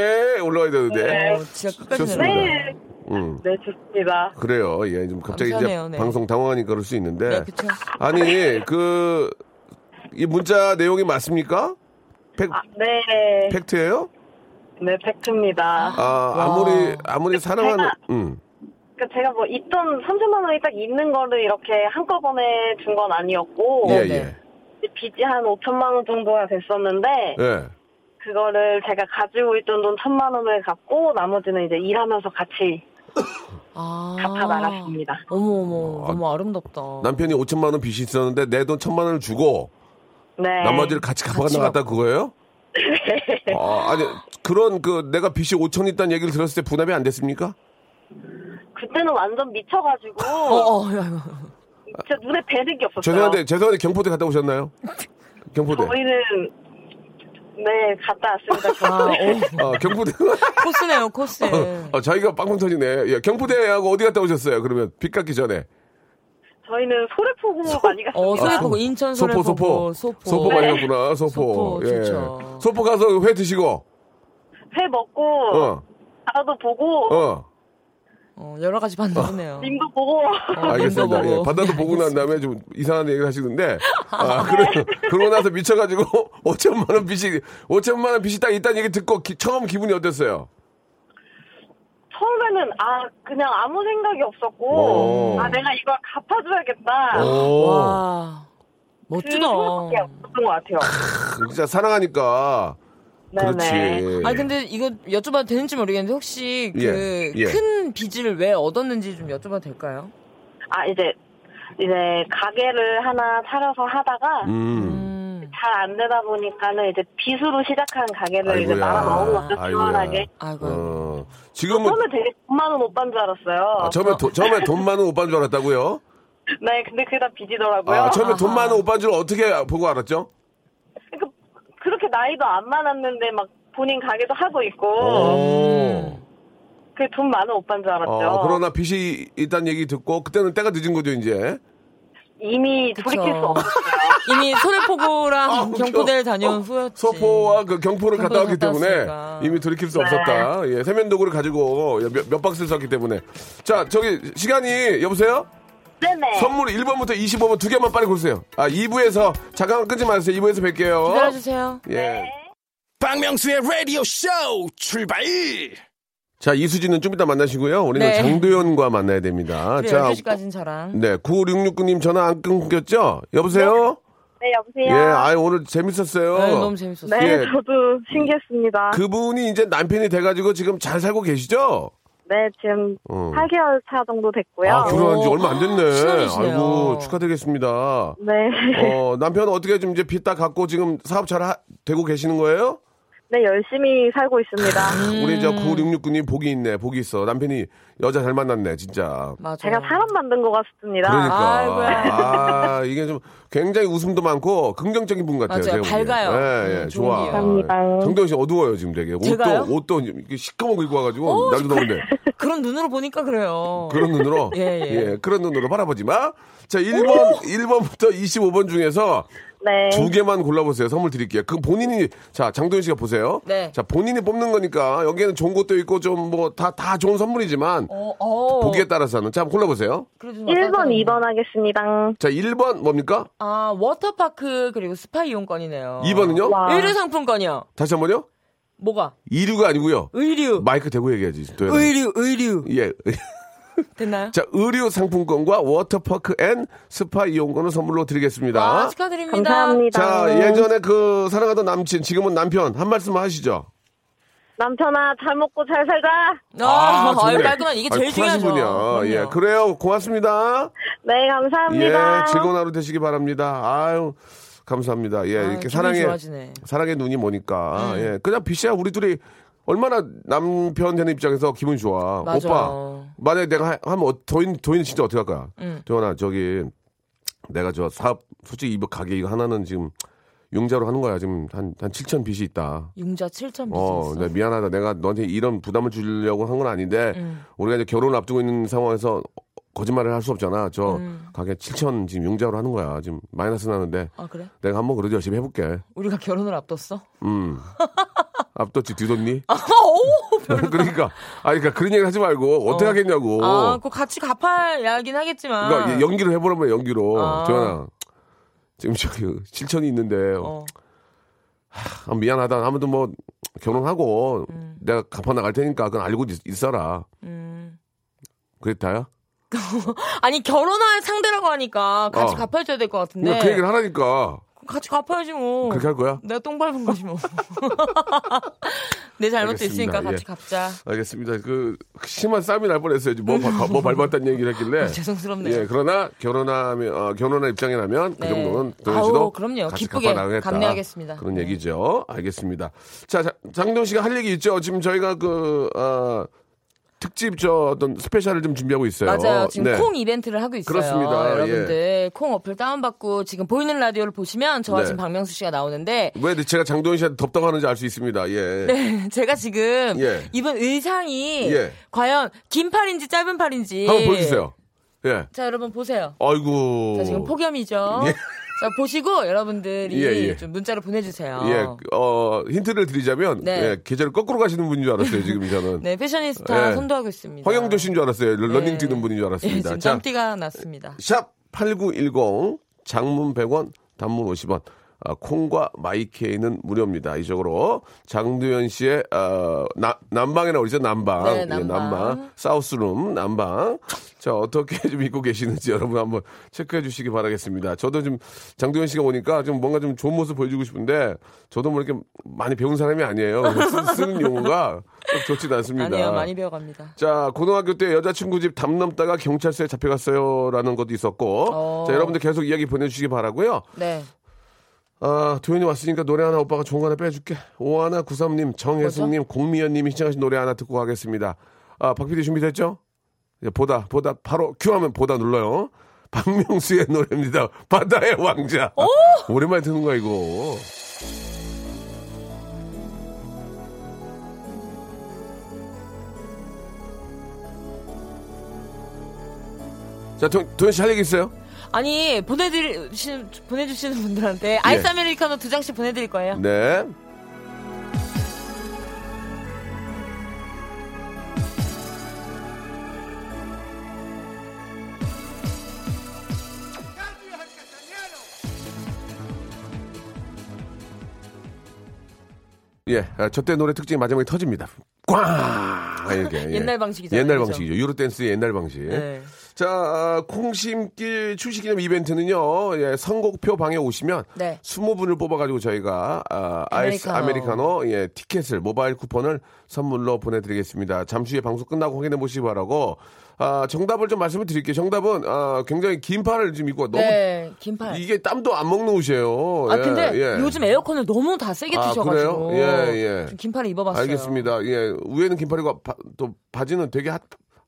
네. 올라가야 되는데.
네.
어, 진짜 끝까지
좋습니다.
내려가요.
네,
음.
네, 좋습니다.
그래요. 예, 좀 갑자기
감사하네요,
이제
네.
방송 당황하니까 그럴 수 있는데.
네, 그쵸.
아니, 그, 이 문자 내용이 맞습니까? 팩,
아, 네,
팩트예요
네, 팩트입니다.
아, 아무리, 아무리 사랑하는, 음.
그러니까 제가 뭐 있던 30만 원이 딱 있는 거를 이렇게 한꺼번에 준 건 아니었고,
예, 예.
네.
빚이 한 5천만 원 정도가 됐었는데,
예.
그거를 제가 가지고 있던 돈 천만 원을 갚고 나머지는 이제 일하면서 같이
아.
갚아 나갔습니다.
어머 어머 너무 아름답다.
남편이 5천만 원 빚이 있었는데 내 돈 천만 원을 주고
네.
나머지를 같이 갚아가 나갔다 그거예요? 아, 아니, 그런 그 내가 빚이 5천 있다는 얘기를 들었을 때 분합이 안 됐습니까?
그때는 완전 미쳐가지고
어, 어, 야, 야.
진짜 눈에 뵈는 게 없었어요.
죄송한데, 죄송한데 경포대 갔다 오셨나요? 경포대.
저희는 네 갔다 왔습니다.
아, 오,
아, 경포대.
코스네요, 코스.
아, 자기가 빵빵 터지네. 예, 경포대하고 어디 갔다 오셨어요? 그러면 빚 갚기 전에.
저희는 소래포구 많이
어,
갔습니다.
소래포구 인천
아, 소포,
소래포구
소포.
소포. 네.
많이 갔구나, 소포.
소포,
예.
좋죠.
소포 가서 회 드시고,
회 먹고
어,
바다도 보고
어.
어, 여러 가지 반응이네요.
님도 보고
알겠습니다.
보고.
예, 바다도 보고 난 다음에 좀 이상한 얘기를 하시는데, 아, 그러, 그러고 나서 미쳐가지고, 5천만 원 빚이, 5천만 원 빚이 딱 있다는 얘기 듣고, 기- 처음 기분이 어땠어요?
처음에는 아 그냥 아무 생각이 없었고
오.
아 내가 이걸 갚아줘야겠다
오.
와,
그
멋지다.
음,
생각밖에 없었던 것 같아요.
진짜 사랑하니까.
네네.
그렇지.
아니 근데 이거 여쭤봐도 되는지 모르겠는데 혹시
예, 예.
그 큰 빚을 왜 얻었는지 좀 여쭤봐도 될까요?
아 이제 이제 가게를 하나 차려서 하다가
음.
음.
잘 안 되다 보니까는 이제 빚으로 시작한 가게를 이제
아이고야.
말아 먹은 거죠
아이고야.
시원하게.
아이고.
어. 지금은
처음에 되게 돈 많은 오빠인 줄 알았어요.
아, 처음에 도- 처음에 돈 많은 오빠인 줄 알았다고요?
네, 근데 그게 다 빚이더라고요.
아, 처음에 돈
아하.
많은 오빠인 줄 어떻게 보고 알았죠?
그러니까 그렇게 나이도 안 많았는데 막 본인 가게도 하고 있고
오.
그 돈 많은 오빠인 줄 알았죠.
어, 그러나 빚이 있다는 얘기 듣고 그때는 때가 늦은 거죠, 이제.
이미
그쵸.
돌이킬 수 없었어요.
이미 소래포고랑
아, 웃겨.
경포대를
어,
다녀온 후였지.
소포와 그 경포를 갔다
경포를
왔기
네. 갔다
때문에
왔으니까. 네.
이미 돌이킬 수 없었다. 예, 세면도구를 가지고 예, 몇, 몇 박스를 썼기 때문에. 자, 저기 시간이 여보세요?
네네.
선물 1번부터 25번 두 개만 빨리 고르세요. 아, 2부에서 잠깐 끊지 마세요. 2부에서 뵐게요.
기다려주세요. 네.
예.
박명수의 라디오 쇼 출발!
자, 이수진은 좀 이따 만나시고요. 우리는
네.
장도연과 만나야 됩니다.
그래,
자,
12시까지는 저랑.
네, 9669님 전화 안 끊겼죠? 여보세요?
네, 여보세요.
예, 아이, 오늘 재밌었어요.
네, 너무 재밌었어요.
네,
예.
저도 신기했습니다.
그분이 이제 남편이 돼가지고 지금 잘 살고 계시죠?
네, 지금
어.
8개월 차 정도 됐고요.
아, 결혼한 지
오.
얼마 안 됐네.
신혼이시네요.
아이고, 축하드리겠습니다.
네.
어, 남편은 어떻게 지금 이제 빚 다 갚고 지금 사업 잘 하- 되고 계시는 거예요?
네, 열심히 살고 있습니다.
음.
우리 저 9669님 복이 있네, 복이 있어. 남편이 여자 잘 만났네, 진짜.
맞아요.
제가 사람 만든 것 같습니다.
그러니까.
아이고야.
아, 이게 좀 굉장히 웃음도 많고 긍정적인 분 같아요.
맞아요.
제가 보기엔.
밝아요.
예, 예,
음, 좋은
좋아.
기운.
감사합니다.
정대원 씨 어두워요, 지금 되게. 옷도,
제가요?
옷도 이렇게 시커멓게 입고 와가지고.
오,
날도 더운데.
그런 눈으로 보니까 그래요.
그런 눈으로.
예, 예.
그런 눈으로 바라보지 마. 자, 1번, 1번부터 25번 중에서
네.
두 개만 골라보세요. 선물 드릴게요. 그 본인이, 자, 장도연 씨가 보세요.
네.
자, 본인이 뽑는 거니까 여기에는 좋은 것도 있고 좀 뭐 다, 다 좋은 선물이지만
어, 어.
보기에 따라서는. 자, 한번 골라보세요.
그래도 좀
1번,
따뜻하네.
2번 하겠습니다.
자, 1번 뭡니까?
아, 워터파크 그리고 스파 이용권이네요.
2번은요?
와.
의류 상품권이요.
다시 한 번요?
뭐가?
이류가 아니고요.
의류.
마이크 대고 얘기해야지. 도연아.
의류, 의류.
예.
됐나요?
자, 의류 상품권과 워터파크 앤 스파 이용권을 선물로 드리겠습니다.
아, 축하드립니다.
감사합니다.
자, 예전에 그 사랑하던 남친, 지금은 남편 한 말씀 하시죠.
남편아, 잘 먹고 잘 살자.
아,
정말.
아유, 깔끔한 이게 제일
아유, 쿨하신
중요하죠.
분이야. 예,
그럼요.
그래요. 고맙습니다.
네, 감사합니다.
예, 즐거운 하루 되시기 바랍니다. 아유, 감사합니다. 예,
아유,
이렇게
기분이
사랑의
좋아지네. 네.
사랑의 눈이 뭐니까. 예, 그냥 빛이야 우리 둘이 얼마나 남편 되는 입장에서 기분 좋아.
맞아.
오빠, 만약에 내가 하- 하면 어- 도인 도인 진짜 어떻게 할까?
음.
도현아, 저기 내가 저 사업 솔직히 이거 가게 이거 하나는 지금 융자로 하는 거야. 지금 한한 7천 빚이 있다.
융자 7점
어,
비즈니스.
네, 미안하다. 내가 너한테 이런 부담을 주려고 한 건 아닌데,
음.
우리가 이제 결혼을 앞두고 있는 상황에서 거짓말을 할 수 없잖아. 저
음.
가게 7천 지금 융자로 하는 거야. 지금 마이너스 나는데,
아, 그래?
내가 한번 그래도 열심히 해볼게.
우리가 결혼을 앞뒀어?
음. 앞뒀지, 뒤뒀니?
아, 오!
그러니까. 아, 그러니까 그런 얘기 하지 말고, 어떻게 하겠냐고.
아, 그거 같이 갚아야 하긴 하겠지만.
그러니까 연기를 해보라면 연기로.
아.
조연아, 지금 저기 7천이 있는데,
어.
아, 미안하다. 아무튼 뭐, 결혼하고, 내가 갚아 나갈 테니까 그건 알고 있, 있어라.
음.
그게 다야?
아니, 결혼할 상대라고 하니까 같이
어.
갚아줘야 뭐 될 것 같은데.
그러니까 그 얘기를 하라니까
같이 갚아야지 뭐.
그렇게 할 거야?
내가 똥 밟은 거지 뭐. 내 잘못도
알겠습니다.
있으니까
예.
같이 갚자.
알겠습니다. 그 심한 싸움이 날 뻔했어요. 뭐, 바- 뭐 밟았다는 얘기를 했길래.
아, 죄송스럽네요.
예, 그러나 결혼하면 어, 결혼한 입장이라면 그
네.
정도는 도현
아우,
씨도
그럼요.
같이
기쁘게
갚아나가겠다.
감내하겠습니다. 네.
그런 얘기죠. 알겠습니다. 자, 자, 장동 씨가 할 얘기 있죠. 지금 저희가 그 어, 특집 저 어떤 스페셜을 좀 준비하고 있어요.
맞아요. 지금
네.
콩 이벤트를 하고 있어요.
그렇습니다. 예.
여러분들 콩 어플 다운받고 지금 보이는 라디오를 보시면 저와
네.
지금 박명수 씨가 나오는데
왜 제가 장동 씨한테 덥다고 하는지 알 수 있습니다. 예.
네. 제가 지금
예.
입은 의상이
예.
과연 긴 팔인지 짧은 팔인지
한번 보여주세요. 예.
자 여러분 보세요.
아이고.
자 지금 폭염이죠.
예.
자 보시고 여러분들이
예, 예.
좀 문자를 보내주세요.
예, 어, 힌트를 드리자면,
아. 네.
예, 계절을 거꾸로 가시는 분인 줄 알았어요, 지금 저는.
네 패셔니스타
예.
선도하고 있습니다.
황영조 씨인 줄 알았어요. 러- 러닝
예.
뛰는 분인 줄
예,
알았습니다.
지금
자,
땀띠가 났습니다.
샵8910, 장문 100원, 단문 50원, 아, 콩과 마이케이는 무료입니다. 이쪽으로 장두현 씨의 어, 나- 남방이라고 그러죠? 남방.
네,
예,
남방.
사우스룸 남방. 자, 어떻게 좀 입고 계시는지 여러분 한번 체크해 주시기 바라겠습니다. 저도 좀 장두현 씨가 오니까 좀 뭔가 좀 좋은 모습 보여주고 싶은데 저도 뭐 이렇게 많이 배운 사람이 아니에요. 그래서 쓰- 쓰는 용어가 좀 좋진 않습니다.
아니요, 많이 배워갑니다.
자, 고등학교 때 여자친구 집 담 넘다가 경찰서에 잡혀갔어요라는 것도 있었고.
어.
자, 여러분들 계속 이야기 보내주시기 바라고요
네.
아, 도현이 왔으니까 노래 하나 오빠가 좋은 거 하나 빼줄게. 오하나 구삼님, 정혜숙님, 공미연님이 신청하신 노래 하나 듣고 가겠습니다. 아, 박PD 준비됐죠? 이제 보다, 보다, 바로 큐하면 보다 눌러요. 박명수의 노래입니다. 바다의 왕자. 아, 오랜만에 듣는 거야, 이거. 자, 도, 도현 씨할 얘기 있어요?
아니, 보내드리신, 보내주시는
예.
분들한테 아이스 아메리카노 두 장씩 보내드릴 거예요.
네. 예, 아, 저때 노래 특징이 마지막에 터집니다. 꽝! 이렇게. 예.
옛날 방식이잖아요,
옛날
그죠?
방식이죠. 유로댄스의 옛날 방식.
네.
자, 아, 콩심길 출시기념 이벤트는요, 예, 선곡표 방에 오시면
네.
20분을 뽑아가지고 저희가 아, 아이스
아메리카노.
아메리카노 예, 티켓을 모바일 쿠폰을 선물로 보내드리겠습니다. 잠시 후에 방송 끝나고 확인해 보시기 바라고 아, 정답을 좀 말씀을 드릴게요. 정답은 아, 굉장히 긴 팔을 지금 입고 너무
네, 긴팔.
이게 땀도 안 먹는 옷이에요.
아
예,
근데
예.
요즘 에어컨을 너무 다 세게
아,
트셔가지고
그래요? 예, 예.
좀 긴팔을 입어봤어요.
알겠습니다. 예, 위에는 긴 팔이고 바- 또 바지는 되게 핫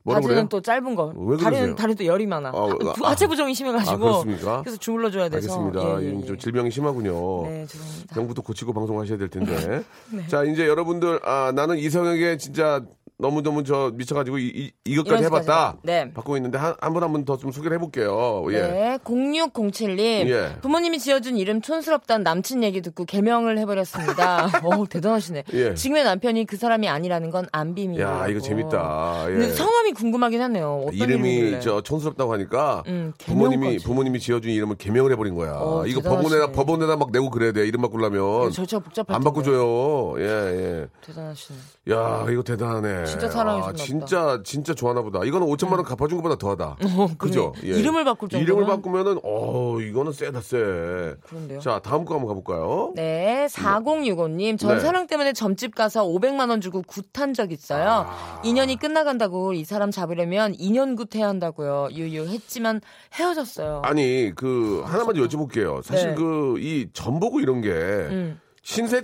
뭐라
바지는
그래요?
또 짧은 거.
왜 그러세요?
다리는 다리 또 열이 많아.
아,
하-
아,
하체 부종이 심해가지고.
아, 그렇습니까?
래서 주물러 줘야 돼서.
알겠습니다.
예, 예,
이건
예.
좀 질병이 심하군요.
네 죄송합니다.
영부터 고치고 방송하셔야 될 텐데. 네. 자, 이제 여러분들, 아, 나는 이성에게 진짜 너무너무 저 미쳐가지고 이, 이, 것까지
이런
해봤다.
식까지. 네.
받고 있는데 한 분 한 분 더 좀 소개를 해볼게요. 예.
네, 0607님
예.
부모님이 지어준 이름 촌스럽단 남친 얘기 듣고 개명을 해버렸습니다. 오 대단하시네.
예.
지금의 남편이 그 사람이 아니라는 건 안 비밀.
야, 이거 재밌다. 예.
근데 성함이 궁금하긴 하네요. 어떤
이름이
이름이길래.
저 촌스럽다고 하니까
음,
부모님이
개명까지.
부모님이 지어준 이름을 개명을 해버린 거야.
어,
이거
대단하시네. 네,
법원에다 법원에다 막 내고 그래야 돼. 이름 바꾸려면
절차가 복잡할
안
텐데.
바꿔줘요. 예, 예.
대단하시네.
야, 이거 대단하네.
진짜 사랑해줬나
아,
보다. 음. 어,
진짜 진짜 좋아하나 보다. 이거는 5천만 원 갚아준 것보다 더하다. 그죠? 예.
그러네. 이름을 바꿀 정도면?
이름을 바꾸면은 어, 이거는 세다 세.
그런데요.
자, 다음 거 한번 가 볼까요?
네, 4065님. 전
네.
사랑 때문에 점집 가서 500만 원 주고 굿한 적 있어요.
아.
인연이 끝나간다고 이 사람 잡으려면 인연 굿해야 한다고요. 유유 했지만 헤어졌어요.
아니, 그 하나만 좀 여쭤볼게요. 사실
네.
그 이 전보고 이런 게
음.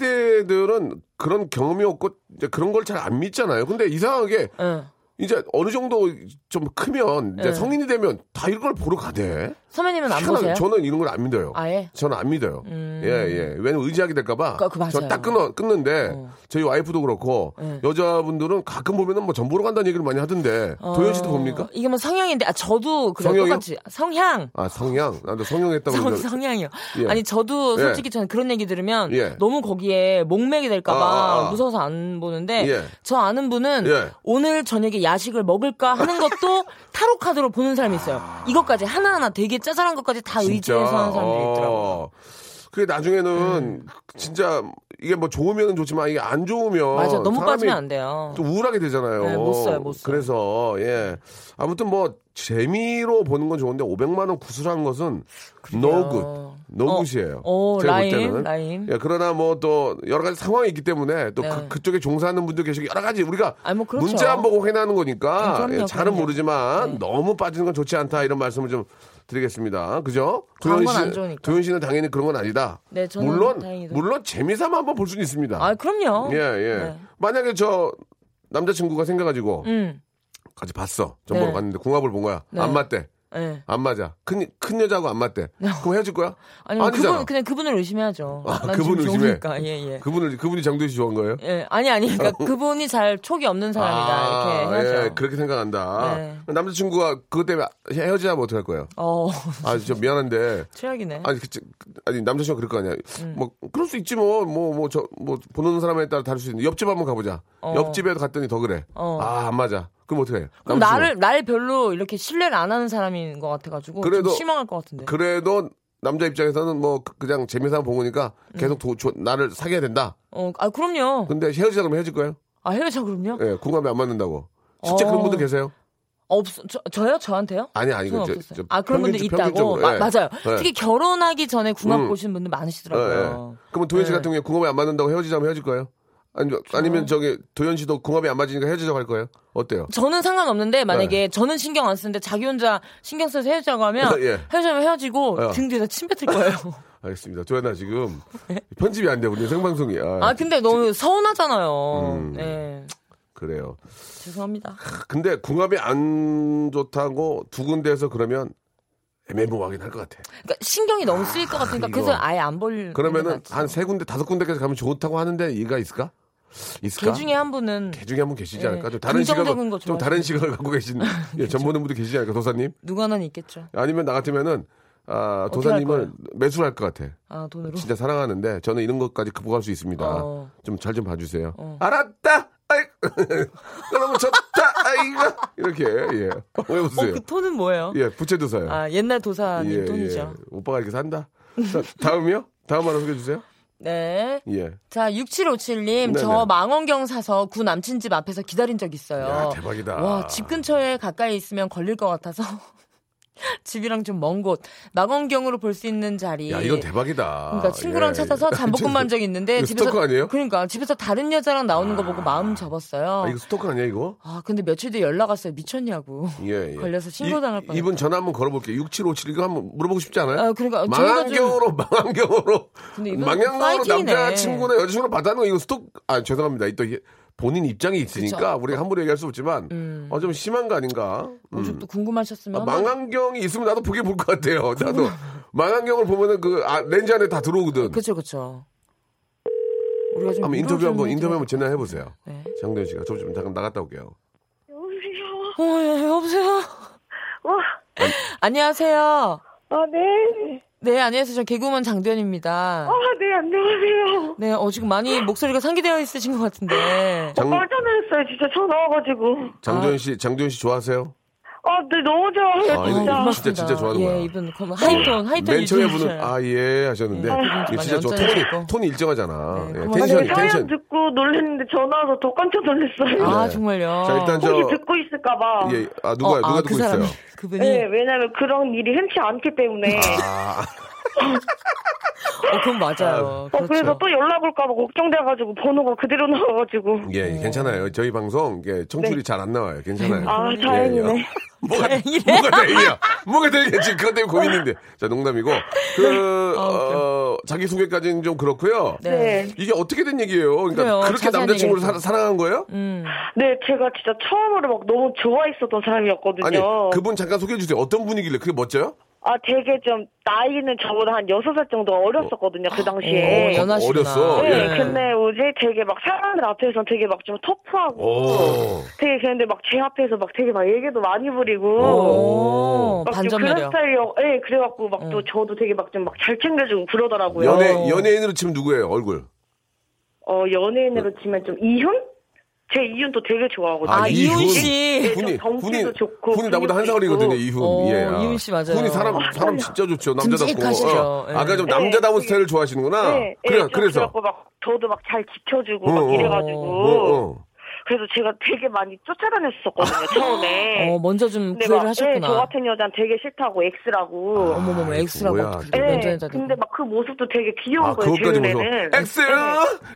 신세대들은 그런 경험이 없고 이제 그런 걸 잘 안 믿잖아요. 근데 이상하게
응.
이제 어느 정도 좀 크면 이제
네.
성인이 되면 다 이런 걸 보러 가대.
선배님은 안
희한하게
보세요?
저는 이런 걸 안 믿어요.
아예?
저는 안 믿어요.
음.
예, 예. 왜냐면 의지하게 될까봐.
그- 그 맞아요.
저딱 끊어, 끊는데,
어.
저희 와이프도 그렇고,
네.
여자분들은 가끔 보면은 뭐 전보러 간다는 얘기를 많이 하던데, 도현 씨도
어,
봅니까?
이게 뭐 성향인데, 아, 저도 그래요.
성향이요?
똑같이. 성향.
아, 성향? 나도 성형했다고.
성,
그러는데.
성향이요.
예.
아니 저도
예.
솔직히 저는 그런 얘기 들으면
예.
너무 거기에 목맥이 될까봐
아, 아, 아.
무서워서 안 보는데
예.
저 아는 분은
예.
오늘 저녁에 야식을 먹을까 하는 것도 타로 카드로 보는 사람이 있어요.
아.
이것까지 하나하나 되게 짜잘한 것까지 다 의지해서 하는 사람들이 있더라고요. 음.
어. 그게 나중에는 진짜 이게 뭐 좋으면 좋지만 이게 안 좋으면
맞아, 너무
사람이
빠지면 안 돼요.
또 우울하게 되잖아요.
어. 네, 못 써요, 못 써.
그래서 예 아무튼 뭐 재미로 보는 건 좋은데 500만 원 구술한 것은 노굿 노굿이에요.
어,
제가 볼
라임,
때는.
라임.
예, 그러나 뭐 또 여러 가지 상황이 있기 때문에 또
네.
그, 쪽에 종사하는 분들 계시고 여러 가지 우리가
아니, 뭐 그렇죠.
문자 안 보고 확인하는 거니까
음, 그럼요,
예, 잘은
그럼요.
모르지만
네.
너무 빠지는 건 좋지 않다 이런 말씀을 좀 드리겠습니다. 그죠?
그런
도현
건안
씨-
좋으니까.
도현 씨는 당연히 그런 건 아니다.
네, 저는
물론
다행히도.
물론 재미삼아 한번 볼 수는 있습니다.
아 그럼요.
예, 예.
네.
만약에 저 남자친구가 생겨가지고
음,
같이 봤어. 전보러
네.
갔는데 궁합을 본 거야.
네.
안 맞대.
예.
안 맞아. 큰, 큰 여자하고 안 맞대. 그럼 헤어질 거야?
아니
아니잖아.
그분 그냥 그분을 의심해야죠.
아,
난
그분을
지금
의심해.
좋으니까. 예, 예.
그분을, 그분이 장도현 씨 좋아한 거예요?
예, 아니 아니 그러니까 그분이 잘 촉이 없는 사람이다 이렇게 해야죠.
어. 아, 예, 그렇게 생각한다.
네.
남자친구가 그것 때문에 헤어지자면 어떡할 거예요?
어
아, 진짜 미안한데.
최악이네.
아니, 그치, 아니, 남자친구가 그럴 거 아니야.
음.
뭐, 그럴 수 있지 뭐, 뭐, 뭐, 저, 뭐, 보는 사람에 따라 다를 수 있는데. 옆집 한번 가보자.
어.
옆집에도 갔더니 더 그래.
어.
아, 안 맞아. 그럼 어떡해.
그럼
남자친구가.
나를 날 별로 이렇게 신뢰를 안 하는 사람인 것 같아가지고
그래도-
네. 좀 실망할 것 같은데.
그래도 남자 입장에서는 뭐 그- 그냥 재미삼아 본 거니까 계속 도- 조- 나를 사귀어야 된다.
어, 아 그럼요.
근데 헤어지자 그러면 헤어질 거예요?
아 헤어져 그럼요?
예, 공감이 안 맞는다고. 실제 그런
어.
분들 계세요?
없 저, 저요 저한테요?
아니, 아니,
저는
그 저-
없었어요.
저
아 그런 분들
평균-
있다고.
평균적으로,
마-
예.
맞아요.
예.
특히 결혼하기 전에 궁합
음.
보신 분들
예, 예.
많으시더라고요.
그러면 도현 씨
예.
같은 경우에 궁합이 안 맞는다고 헤어지자면 헤어질 거예요? 아니, 아니면 저기 도현 씨도 궁합이 안 맞으니까 헤어지자고 할 거예요? 어때요?
저는 상관없는데 만약에 저는 신경 안 쓰는데 자기 혼자 신경 써서 헤어지자고 하면
예. 예.
헤어지면 헤어지고
예.
등 뒤에다 침 뱉을 거예요.
알겠습니다. 도현아 지금 편집이 안 돼. 우리 생방송이야.
네. 아 근데 너무 서운하잖아요.
음.
예.
그래요.
죄송합니다.
근데 궁합이 안 좋다고 두 군데에서 그러면 애매모호하긴 할 것 같아.
그러니까 신경이 너무 쓰일 것 같으니까
이거.
그래서 아예 안 벌.
그러면은 한 세 군데 다섯 군데까지 가면 좋다고 하는데 이가 있을까? 있을까?
개그 중에 한 분은
개 중에 한 분 계시지
예.
않을까? 좀 다른 시각을
긍정적인 거
좀
좋아하시는 그렇죠.
다른 시각을 갖고 계신 예, 전 보는 분도 계시지 않을까 도사님?
누구 하나는 있겠죠.
아니면 나 같으면은 아,
어떻게 할
도사님을
거예요?
매수를 할 것 같아.
아 돈으로.
진짜 사랑하는데 저는 이런 것까지 극복할 수 있습니다.
어.
좀 잘 좀 봐주세요. 알았다. 아이, 그러면 좋다. 아이가 이렇게 예. 왜 웃으세요?
어그 톤은 뭐예요?
예, 부채도사요. 예,
아 옛날 도사님 톤이죠.
오빠가 이렇게 산다. 자, 다음이요? 다음 하나 소개해 주세요.
네.
예.
자, 6757님,
네네.
저 망원경 사서 구 남친 집 앞에서 기다린 적 있어요.
야, 대박이다.
와, 집 근처에 가까이 있으면 걸릴 것 같아서. 집이랑 좀 먼 곳, 망원경으로 볼 수 있는 자리.
야, 이건 대박이다.
그러니까 친구랑
예.
찾아서 잠복근 만적 이 있는데
이거 스토커 아니에요?
그러니까 집에서 다른 여자랑 나오는 거 보고 마음 접었어요.
아,
아,
이거 스토커 아니야, 이거?
근데 며칠 뒤에 연락 왔어요. 미쳤냐고.
예, 예.
걸려서 신고당할
이-
뻔했다.
이분 전화 한번 걸어볼게요. 6757 이거 한번 물어보고 싶지 않아요?
아, 그러니까 저희가 좀-
망한경으로, 망한경으로.
근데 이건
망한경으로
파이팅이네.
남자친구나 여자친구를 받아놓은 거 이거 스토 아, 죄송합니다. 이 또 이게 본인 입장이 있으니까 우리가 함부로 얘기할 수 없지만, 어, 좀 심한 거 아닌가? 음.
음. 어, 좀또 궁금하셨으면.
아,
한번-
망한경이 있으면 나도 보게 볼 것 같아요. 나도 망한경을 보면은 그 아, 렌즈 안에 다 들어오거든.
그쵸, 그쵸. 우리가 좀.
한번 인터뷰
물어보는
한번
게
인터뷰 한번
좀-
진행해 보세요.
네.
장도현 씨가 저 좀 잠깐 나갔다 올게요.
여보세요.
어, 예, 여보세요?
와,
안녕하세요.
아, 네.
네, 안녕하세요. 저 개그우먼 장도연입니다.
아, 네, 안녕하세요.
네, 어, 지금 많이 목소리가 상기되어 있으신 것 같은데.
장
깜짝 놀랐어요, 진짜 전화 와가지고.
아.
장도현 씨 장도현 씨 좋아하세요?
아, 네, 너무 좋아요,
아,
어,
진짜.
이거 진짜 진짜 좋아하는
예,
거야. 어,
이분 그럼 하이톤, 하이톤
맨 처음에
유지하셔야
분은 아 예 하셨는데
예, 그분
이게
많이
진짜 좋아
얹어져
톤이
있고.
톤이 일정하잖아.
네,
예,
그만-
텐션
아니, 사연
텐션.
듣고 놀랬는데 전화 와서 더 깜짝 놀랐어요.
아,
네.
정말요.
자 일단
혹시
저
듣고 있을까봐.
예, 아 누가
어,
누가
아,
듣고
그 사람이,
있어요?
그분이
네, 왜냐면 그런 일이 흔치 않기 때문에.
아
어, 그건 맞아요.
어, 그래서
그렇죠.
또 연락 올까봐 걱정돼가지고 번호가 그대로 나와가지고.
예,
네.
괜찮아요. 저희 방송 예, 청출이 잘 안 나와요. 괜찮아요. 예,
아, 다행이네.
뭐가
다행이래.
뭐가 다행이야? 뭐가 다행이야? 지금 그것 때문에 고민인데. 자, 농담이고
네.
그
아,
어, 자기 소개까지는 좀 그렇고요.
네.
이게 어떻게 된 얘기예요? 그러니까
그래요.
그렇게
자세한
남자친구를
얘기를
사, 사랑한 거예요?
음.
네, 제가 진짜 처음으로 막 너무 좋아했었던 사람이었거든요.
아니, 그분 잠깐 소개해 주세요. 어떤 분이길래 그게 멋져요?
아, 되게 좀, 나이는 저보다 한 6살 정도 어렸었거든요, 그
어,
당시에.
연-
연하시구나.
어렸어.
네,
예.
근데 뭐지? 되게 막 사람들 앞에서 되게 막 좀 터프하고,
오.
되게 그런데 막 제 앞에서 막 되게 막 얘기도 많이 부리고,
오,
막 좀
반전
그런
매력.
스타일이요. 예, 그래갖고 막 또 저도 되게 막 좀 막 잘 챙겨주고 그러더라고요.
연예 연예인으로 치면 누구예요? 얼굴.
어, 연예인으로
네.
치면 좀 이훈? 제 이훈 또 되게 좋아하거든요. 예,
아, 이훈
이훈.
씨.
훈이
덩치도
훈이
좋고
훈이 나보다 한
근육도
살이거든요.
있고.
이훈.
어,
예. 아.
이훈 씨 맞아요. 네.
훈이 사람 사람 진짜 좋죠. 남자답고. 어.
듬직하시죠. 예.
아까 좀 남자다운
네,
스타일을 좋아하시는구나.
네, 예,
그래
좀
그래서.
그래갖고 막 저도 막 잘
어,
지켜주고
어.
막 이래가지고
어, 어.
그래서 제가 되게 많이 쫓아다녔었거든요 처음에.
어,
뭐
먼저 좀
네. 근데
구애를
막, 예,
하셨구나.
저 같은 여자는 되게 싫다고 X라고.
어머머머,
아이,
엑스라고
뭐야.
어떻게
예,
또 남자 여자
근데 막 그 모습도 되게 귀여운
아,
거예요,
그것까지 무서워.
는
엑스!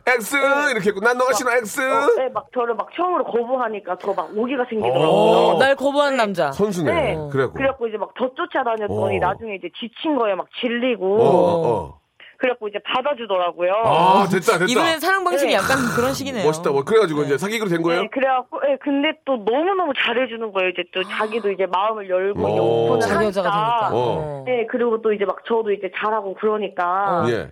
엑스! 이렇게 했고, 난 너가 싫어, 엑스!
네, 막 저를 막 처음으로 거부하니까 더 막 오기가
어.
생기더라고요.
어, 날 거부한 남자.
선수네.
네.
그래갖고.
그래갖고 이제 막 더 쫓아다녔더니
어.
나중에 이제 지친 거에 막
어,
질리고
어, 어.
그래갖고 이제 받아주더라고요. 어.
아, 됐다, 됐다.
이분의 사랑 방식이
네.
약간 그런 식이네요.
멋있다. 뭐, 그래가지고 이제 사귀기로 된 거예요?
네, 그래갖고, 예, 근데 또 너무너무 잘해주는 거예요. 이제 또 자기도 이제 마음을 열고,
어.
이제 오픈을
자기 여자가 되니까.
하니까.
어.
네, 그리고 또 이제 막 저도 이제 잘하고 그러니까.
예.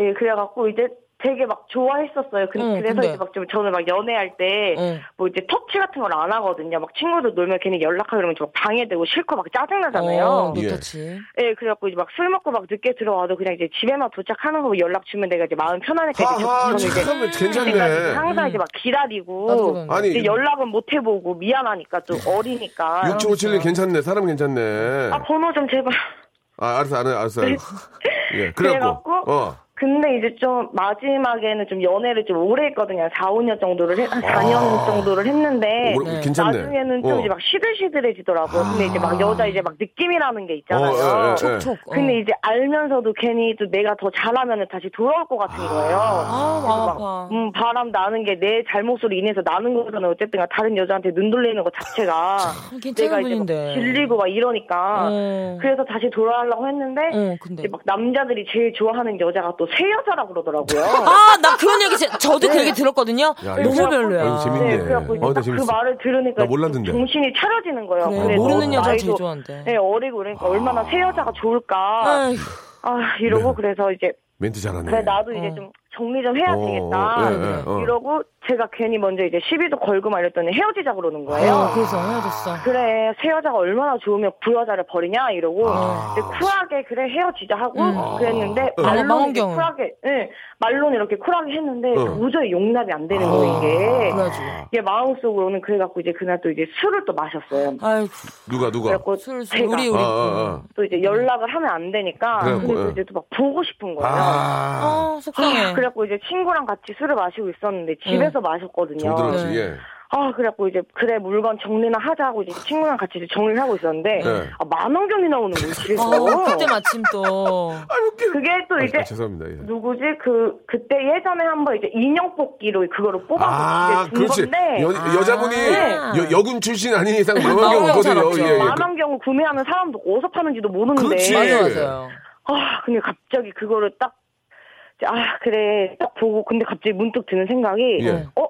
예, 그래갖고 이제 되게 막 좋아했었어요. 근-
응,
그래서
근데.
이제 막 좀 저는 막 연애할 때,
응.
뭐 이제 터치 같은 걸 안 하거든요. 막 친구들 놀면 괜히 연락하고 그러면 좀 방해되고 싫고 막 짜증나잖아요.
어,
예.
노터치.
예, 그래갖고 이제 막 술 먹고 막 늦게 들어와도 그냥 이제 집에만 도착하는 거뭐 연락 주면 내가 네, 이제 마음 편안하게
하하,
이제 저는
참,
이제
괜찮네.
항상 이제 막
나도
기다리고
그런 거.
아니, 네.
이제 연락은 못 해보고 미안하니까 또 어리니까
6757님 괜찮네. 사람 괜찮네.
아 번호 좀 제발
아, 알았어, 알았어, 알았어. 예, 그래갖고.
네. 그래갖고
어.
근데 이제 좀 마지막에는 좀 연애를 좀 오래 했거든요. 4, 5년 정도를 했, 한 4년 정도를 했는데
아. 오래- 괜찮네.
나중에는 좀
어. 아.
이제 막 시들시들해지더라고요. 근데 이제 막 여자 이제 막 느낌이라는 게 있잖아요.
어, 예, 예, 예.
촉촉. 어.
근데 이제 알면서도 괜히 또 내가 더 잘하면 다시 돌아올 것 같은 거예요.
아,
그래서
마음
막,
아파.
음, 바람 나는 게 내 잘못으로 인해서 나는 거잖아요. 어쨌든 간에 다른 여자한테 눈 돌리는 것 자체가
괜찮은
내가 이제 막
분인데.
질리고 막 이러니까
어.
그래서 다시 돌아가려고 했는데
어, 근데.
이제 막 남자들이 제일 좋아하는 여자가 또 새 여자라 고 그러더라고요.
아, 나 그런 얘기, 제- 저도 그 얘기 들었거든요.
야,
너무
이거-
별로야.
아, 이거 재밌네.
네, 그래갖고 이제
어, 나
딱
재밌어.
그 말을 들으니까
나 몰랐는데.
좀 정신이 차려지는 거예요.
그래,
근데
네, 모르는
너무
여자
네. 나이도-
제일 아. 좋아한대.
네, 어리고 그러니까 얼마나 새 여자가 좋을까.
아휴,
아, 이러고
네.
그래서 이제
멘트 잘하네.
그래 나도 이제
어.
좀 정리 좀 해야
어,
되겠다.
어, 예, 예, 어.
이러고 제가 괜히 먼저 이제 시비도 걸고 말했더니 헤어지자 그러는 거예요.
어,
아.
그래서 헤어졌어.
그래 새 여자가 얼마나 좋으면 그 여자를 버리냐 이러고
아.
이제 쿨하게 그래 헤어지자 하고
음.
그랬는데
아,
말론 이렇게
망원경은.
쿨하게 예 말론 이렇게 쿨하게 했는데
응.
도저히 용납이 안 되는 거예요 뭐 이게
아,
그래가지고.
이게 마음속으로는 그래갖고 이제 그날 또 이제 술을 또 마셨어요
아이,
누가, 누가?
그래갖고
술, 술.
제가
우리,
아,
우리. 음.
아,
또 이제 연락을 하면 안 되니까
그래갖고,
근데 또
예.
이제 또 막 보고 싶은
아.
거예요
아,
아, 속상해.
그래갖고 이제 친구랑 같이 술을 마시고 있었는데 집에서 마셨거든요
정 들었지,
네.
예.
아, 그래갖고 이제, 그래, 물건 정리나 하자고 이제 친구랑 같이 이제 정리를 하고 있었는데,
네.
아, 만원경이 나오는 거예요, 집에서.
아, 그때 마침 또.
그게 또
아,
이제,
아, 죄송합니다, 예.
누구지? 그, 그때 예전에 한번 이제 인형 뽑기로 그거를 뽑아서
아,
이제 준
그렇지.
건데,
여, 여자분이
네.
여, 여군 출신 아닌 이상 망원경
망원경 잘
없거든요.
없죠.
예, 예.
만원경을 구매하는 사람도 어디서 파는지도 모르는데,
그렇지.
맞아, 맞아요.
아, 근데 갑자기 그거를 딱, 이제 아, 그래, 딱 보고, 근데 갑자기 문득 드는 생각이,
예.
어?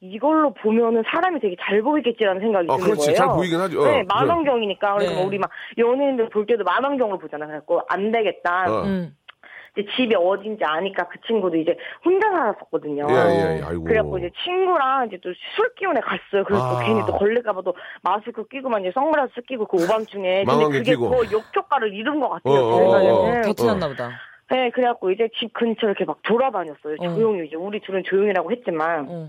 이걸로 보면은 사람이 되게 잘 보이겠지라는 생각이
아,
드는
그렇지.
거예요.
잘 보이긴 하죠. 어,
네,
그래.
만원경이니까. 그러니까
네.
뭐 우리 막 연예인들 볼 때도 만원경으로 보잖아. 그래갖고 안 되겠다.
어.
응.
이제 집이 어딘지 아니까 그 친구도 이제 혼자 살았었거든요.
예, 예, 예. 아이고.
그래갖고 이제 친구랑 이제 또 술 기운에 갔어요. 그래서
아.
또 괜히 또 걸릴까봐 또 마스크 끼고만 이제 선글라스 끼고 그 오밤중에. 근데
망원경
그게
끼고.
더 역효과를 잃은 것 같아요.
어, 어, 어,
제
어.
생각에는.
더 티났나 보다.
네, 그래갖고 이제 집 근처 이렇게 막 돌아다녔어요.
어.
조용히 이제 우리 둘은 조용히라고 했지만
어.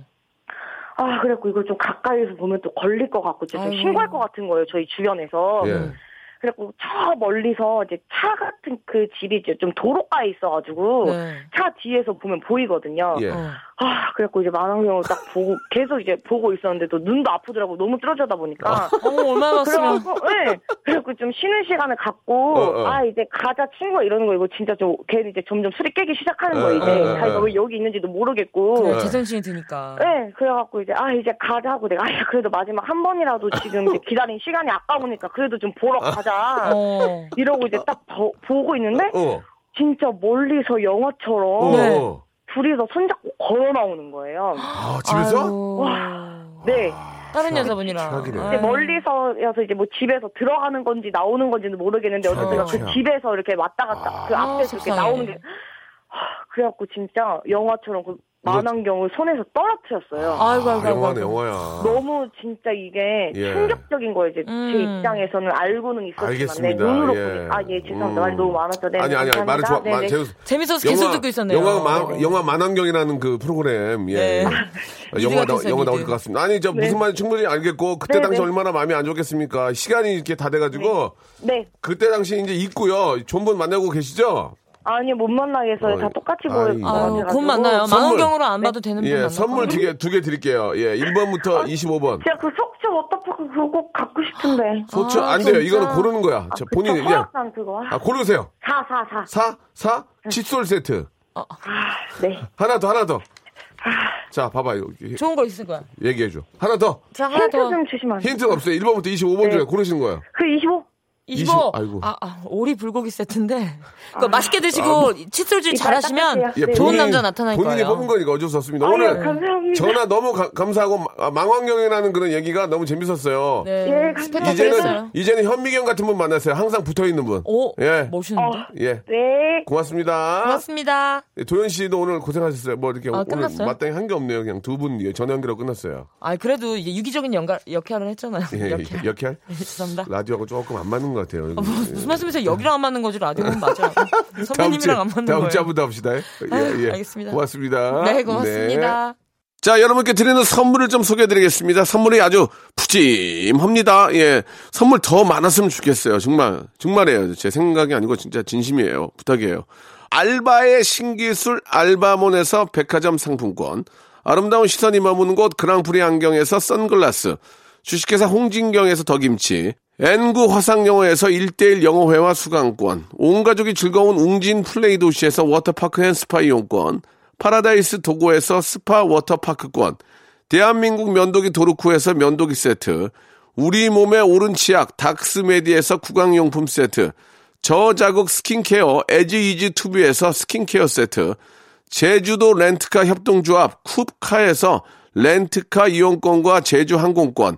아 그래갖고 이걸 좀 가까이서 보면 또 걸릴 것 같고 진짜 좀
아이고.
신고할 것 같은 거예요. 저희 주변에서.
예.
그래갖고 저 멀리서 이제 차 같은 그 집이 이제 좀 도로가에 있어가지고
네.
차 뒤에서 보면 보이거든요.
예.
어.
아 그래갖고 이제 만화경을 딱 보고 계속 이제 보고 있었는데 또 눈도 아프더라고 너무 뚫어져다 보니까.
어머, 얼마나 왔으면.
그래갖고, 네. 그래갖고 좀 쉬는 시간을 갖고,
아, 어, 어.
아, 이제 가자, 친구가 이러는 거, 이거 진짜 좀, 걔는 이제 점점 술이 깨기 시작하는 거예요, 이제.
어, 어, 어,
자기가
어. 네.
왜 여기 있는지도 모르겠고.
예.
그래, 네, 제정신이 드니까.
네, 그래갖고 이제, 아, 이제 가자 하고 내가, 아, 그래도 마지막 한 번이라도 지금 이제 기다린 시간이 아까우니까 그래도 좀 보러 가자.
어.
이러고 이제 딱 보, 보고 있는데,
어.
진짜 멀리서
어.
영화처럼
네.
어.
둘이서 손잡고 걸어 나오는 거예요.
아, 집에서?
아이고.
네.
아.
다른 여자분이랑. 예.
최악이네. 예,
아유.
이제 멀리서여서 이제 뭐 집에서 들어가는 건지 나오는 건지는 모르겠는데 어쨌든
최악이야,
그
최악.
집에서 이렇게 왔다 갔다 그
아,
앞에서 이렇게
속상해.
나오는 게 하, 그래갖고 진짜 영화처럼 그 만환경을 손에서 떨어뜨렸어요.
아이고,
아,
아이고, 아이고.
영화네, 영화야.
너무 진짜 이게
예.
충격적인 거예요. 이제 제
음.
입장에서는 알고는 있었지만
알겠습니다.
네, 눈으로
예.
보니까 아, 예, 죄송합니다.
음.
말이 너무 많았죠. 네,
아니, 아니, 아니, 말을 좋아, 말,
네,
재
재밌어서 계속 듣고 있었네요. 어.
영화, 마, 영화 만환경이라는 그 프로그램, 예.
네.
어, 영화, 나,
같았어요,
영화
미드.
나올 것 같습니다. 아니, 저 무슨 말인지 충분히 알겠고, 그때
네,
당시
네.
얼마나 마음이 안 좋겠습니까? 시간이 이렇게 다 돼가지고,
네.
그때 당시 이제 있고요. 존분 만나고 계시죠?
아니요, 못 만나겠어요.
어이,
다 똑같이
아이.
보여요.
아유, 곧 만나요. 만원경으로 안 봐도 되는 분
예,
만나.
선물 두 개, 두 개 드릴게요. 예, 1번부터 25번.
제가 그 속초 워터파크 그거 꼭 갖고 싶은데.
소처,
아,
안 돼요.
진짜.
이거는 고르는 거야. 그, 저 본인이
아, 그쵸,
그냥.
허락산 그거.
아, 고르세요.
4, 4, 4.
4, 4, 칫솔 세트.
네. 아.
하나 더, 하나 더. 자, 봐봐. 이거
좋은 거 있을 거야.
얘기해줘. 하나 더.
자, 하나
힌트
더.
좀 주시면 안 돼요?
힌트가 없어요. 1번부터 25번 중에 고르시는 거예요.
그 25.
25.
아이고. 아.
아, 아, 오리 불고기 세트인데. 그거 맛있게 드시고
뭐.
칫솔질 잘 하시면
예,
좋은
본인이-
남자 나타날
본인이
거예요.
뽑은 거니까 어쩔 수 없습니다.
아유,
오늘
감사합니다.
전화 너무 가- 감사하고 마- 아, 망원경이라는 그런 얘기가 너무 재밌었어요.
네.
예,
스펙
이제는
이제는
이제는 현미경 같은 분 만났어요. 항상 붙어 있는 분.
오,
예.
멋있는데.
어.
예.
네.
고맙습니다.
고맙습니다. 아,
예, 도현 씨도 오늘 고생하셨어요. 뭐 이렇게 오늘
끝났어요?
마땅히 한 게 없네요. 그냥 두 분 전화 연결로 끝났어요.
아, 그래도 이제 유기적인 연가, 역할을 했잖아요.
예,
역할. 네,
이렇게 할
죄송합니다.
라디오하고 조금 안 맞는 것 같아요. 예.
아, 뭐, 무슨 말씀이세요? 여기랑 안 맞는 거지 라디오는 맞아.
다음 주에-
선배님이랑 안 맞는 거예요. 네,
다음 주에 한번더 합시다. 예,
아유,
예.
알겠습니다.
고맙습니다.
네, 고맙습니다.
자, 여러분께 드리는 선물을 좀 소개해드리겠습니다. 선물이 아주 푸짐합니다. 예, 선물 더 많았으면 좋겠어요. 정말, 정말이에요. 제 생각이 아니고 진짜 진심이에요. 부탁이에요. 알바의 신기술 알바몬에서 백화점 상품권, 아름다운 시선이 머무는 곳 그랑프리 안경에서 선글라스, 주식회사 홍진경에서 더김치, N구 화상영어에서 1대1 영어회화 수강권, 온 가족이 즐거운 웅진 플레이 도시에서 워터파크 앤 스파 이용권, 파라다이스 도고에서 스파 워터파크권, 대한민국 면도기 도르쿠에서 면도기 세트, 우리 몸의 오른 치약 닥스메디에서 구강용품 세트, 저자극 스킨케어 에지이지 투비에서 스킨케어 세트, 제주도 렌트카 협동조합 쿱카에서 렌트카 이용권과 제주 항공권,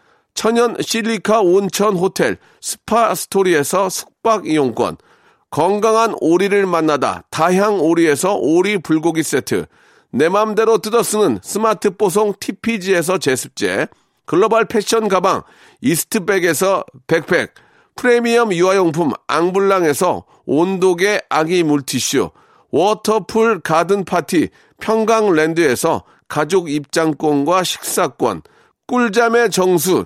천연 실리카 온천 호텔 스파 스토리에서 숙박 이용권 건강한 오리를 만나다 다향 오리에서 오리 불고기 세트 내 맘대로 뜯어 쓰는 스마트 뽀송 TPG에서 제습제 글로벌 패션 가방 이스트백에서 백팩 프리미엄 유아용품 앙블랑에서 온도계 아기 물티슈 워터풀 가든 파티 평강랜드에서 가족 입장권과 식사권 꿀잠의 정수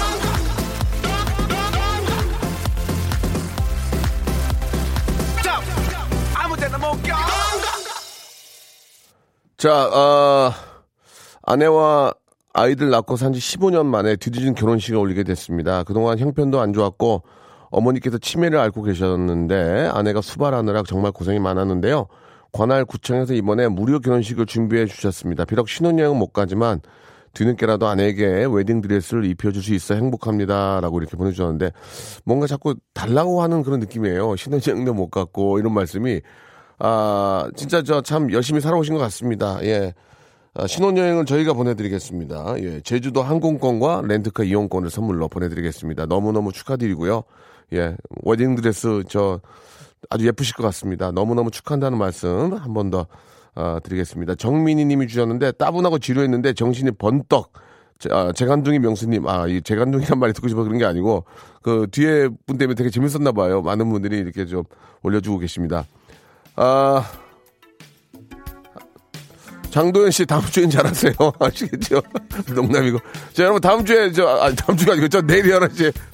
자, 어, 아내와 아이들 낳고 산 지 15년 만에 뒤늦은 결혼식을 올리게 됐습니다. 그동안 형편도 안 좋았고 어머니께서 치매를 앓고 계셨는데 아내가 수발하느라 정말 고생이 많았는데요. 관할 구청에서 이번에 무료 결혼식을 준비해 주셨습니다. 비록 신혼여행은 못 가지만 뒤늦게라도 아내에게 웨딩드레스를 입혀줄 수 있어 행복합니다. 라고 이렇게 보내주셨는데 뭔가 자꾸 달라고 하는 그런 느낌이에요. 신혼여행도 못 갔고 이런 말씀이 아 진짜 저 참 열심히 살아오신 것 같습니다. 예. 아, 신혼여행은 저희가 보내드리겠습니다. 예, 제주도 항공권과 렌트카 이용권을 선물로 보내드리겠습니다. 너무너무 축하드리고요. 예, 웨딩드레스 저 아주 예쁘실 것 같습니다. 너무너무 축한다는 말씀 한 번 더 아, 드리겠습니다. 정민희 님이 주셨는데 따분하고 지루했는데 정신이 번떡. 제- 아, 재간둥이 명수님, 아, 이 재간둥이란 말이 듣고 싶어 그런 게 아니고, 그 뒤에 분 때문에 되게 재밌었나 봐요. 많은 분들이 이렇게 좀 올려주고 계십니다. 아, 장도연 씨 다음 주엔 잘하세요. 아시겠죠? 농담이고. 자, 여러분 다음 주에 저 아, 다음 주가 아니고 저 내일 11시에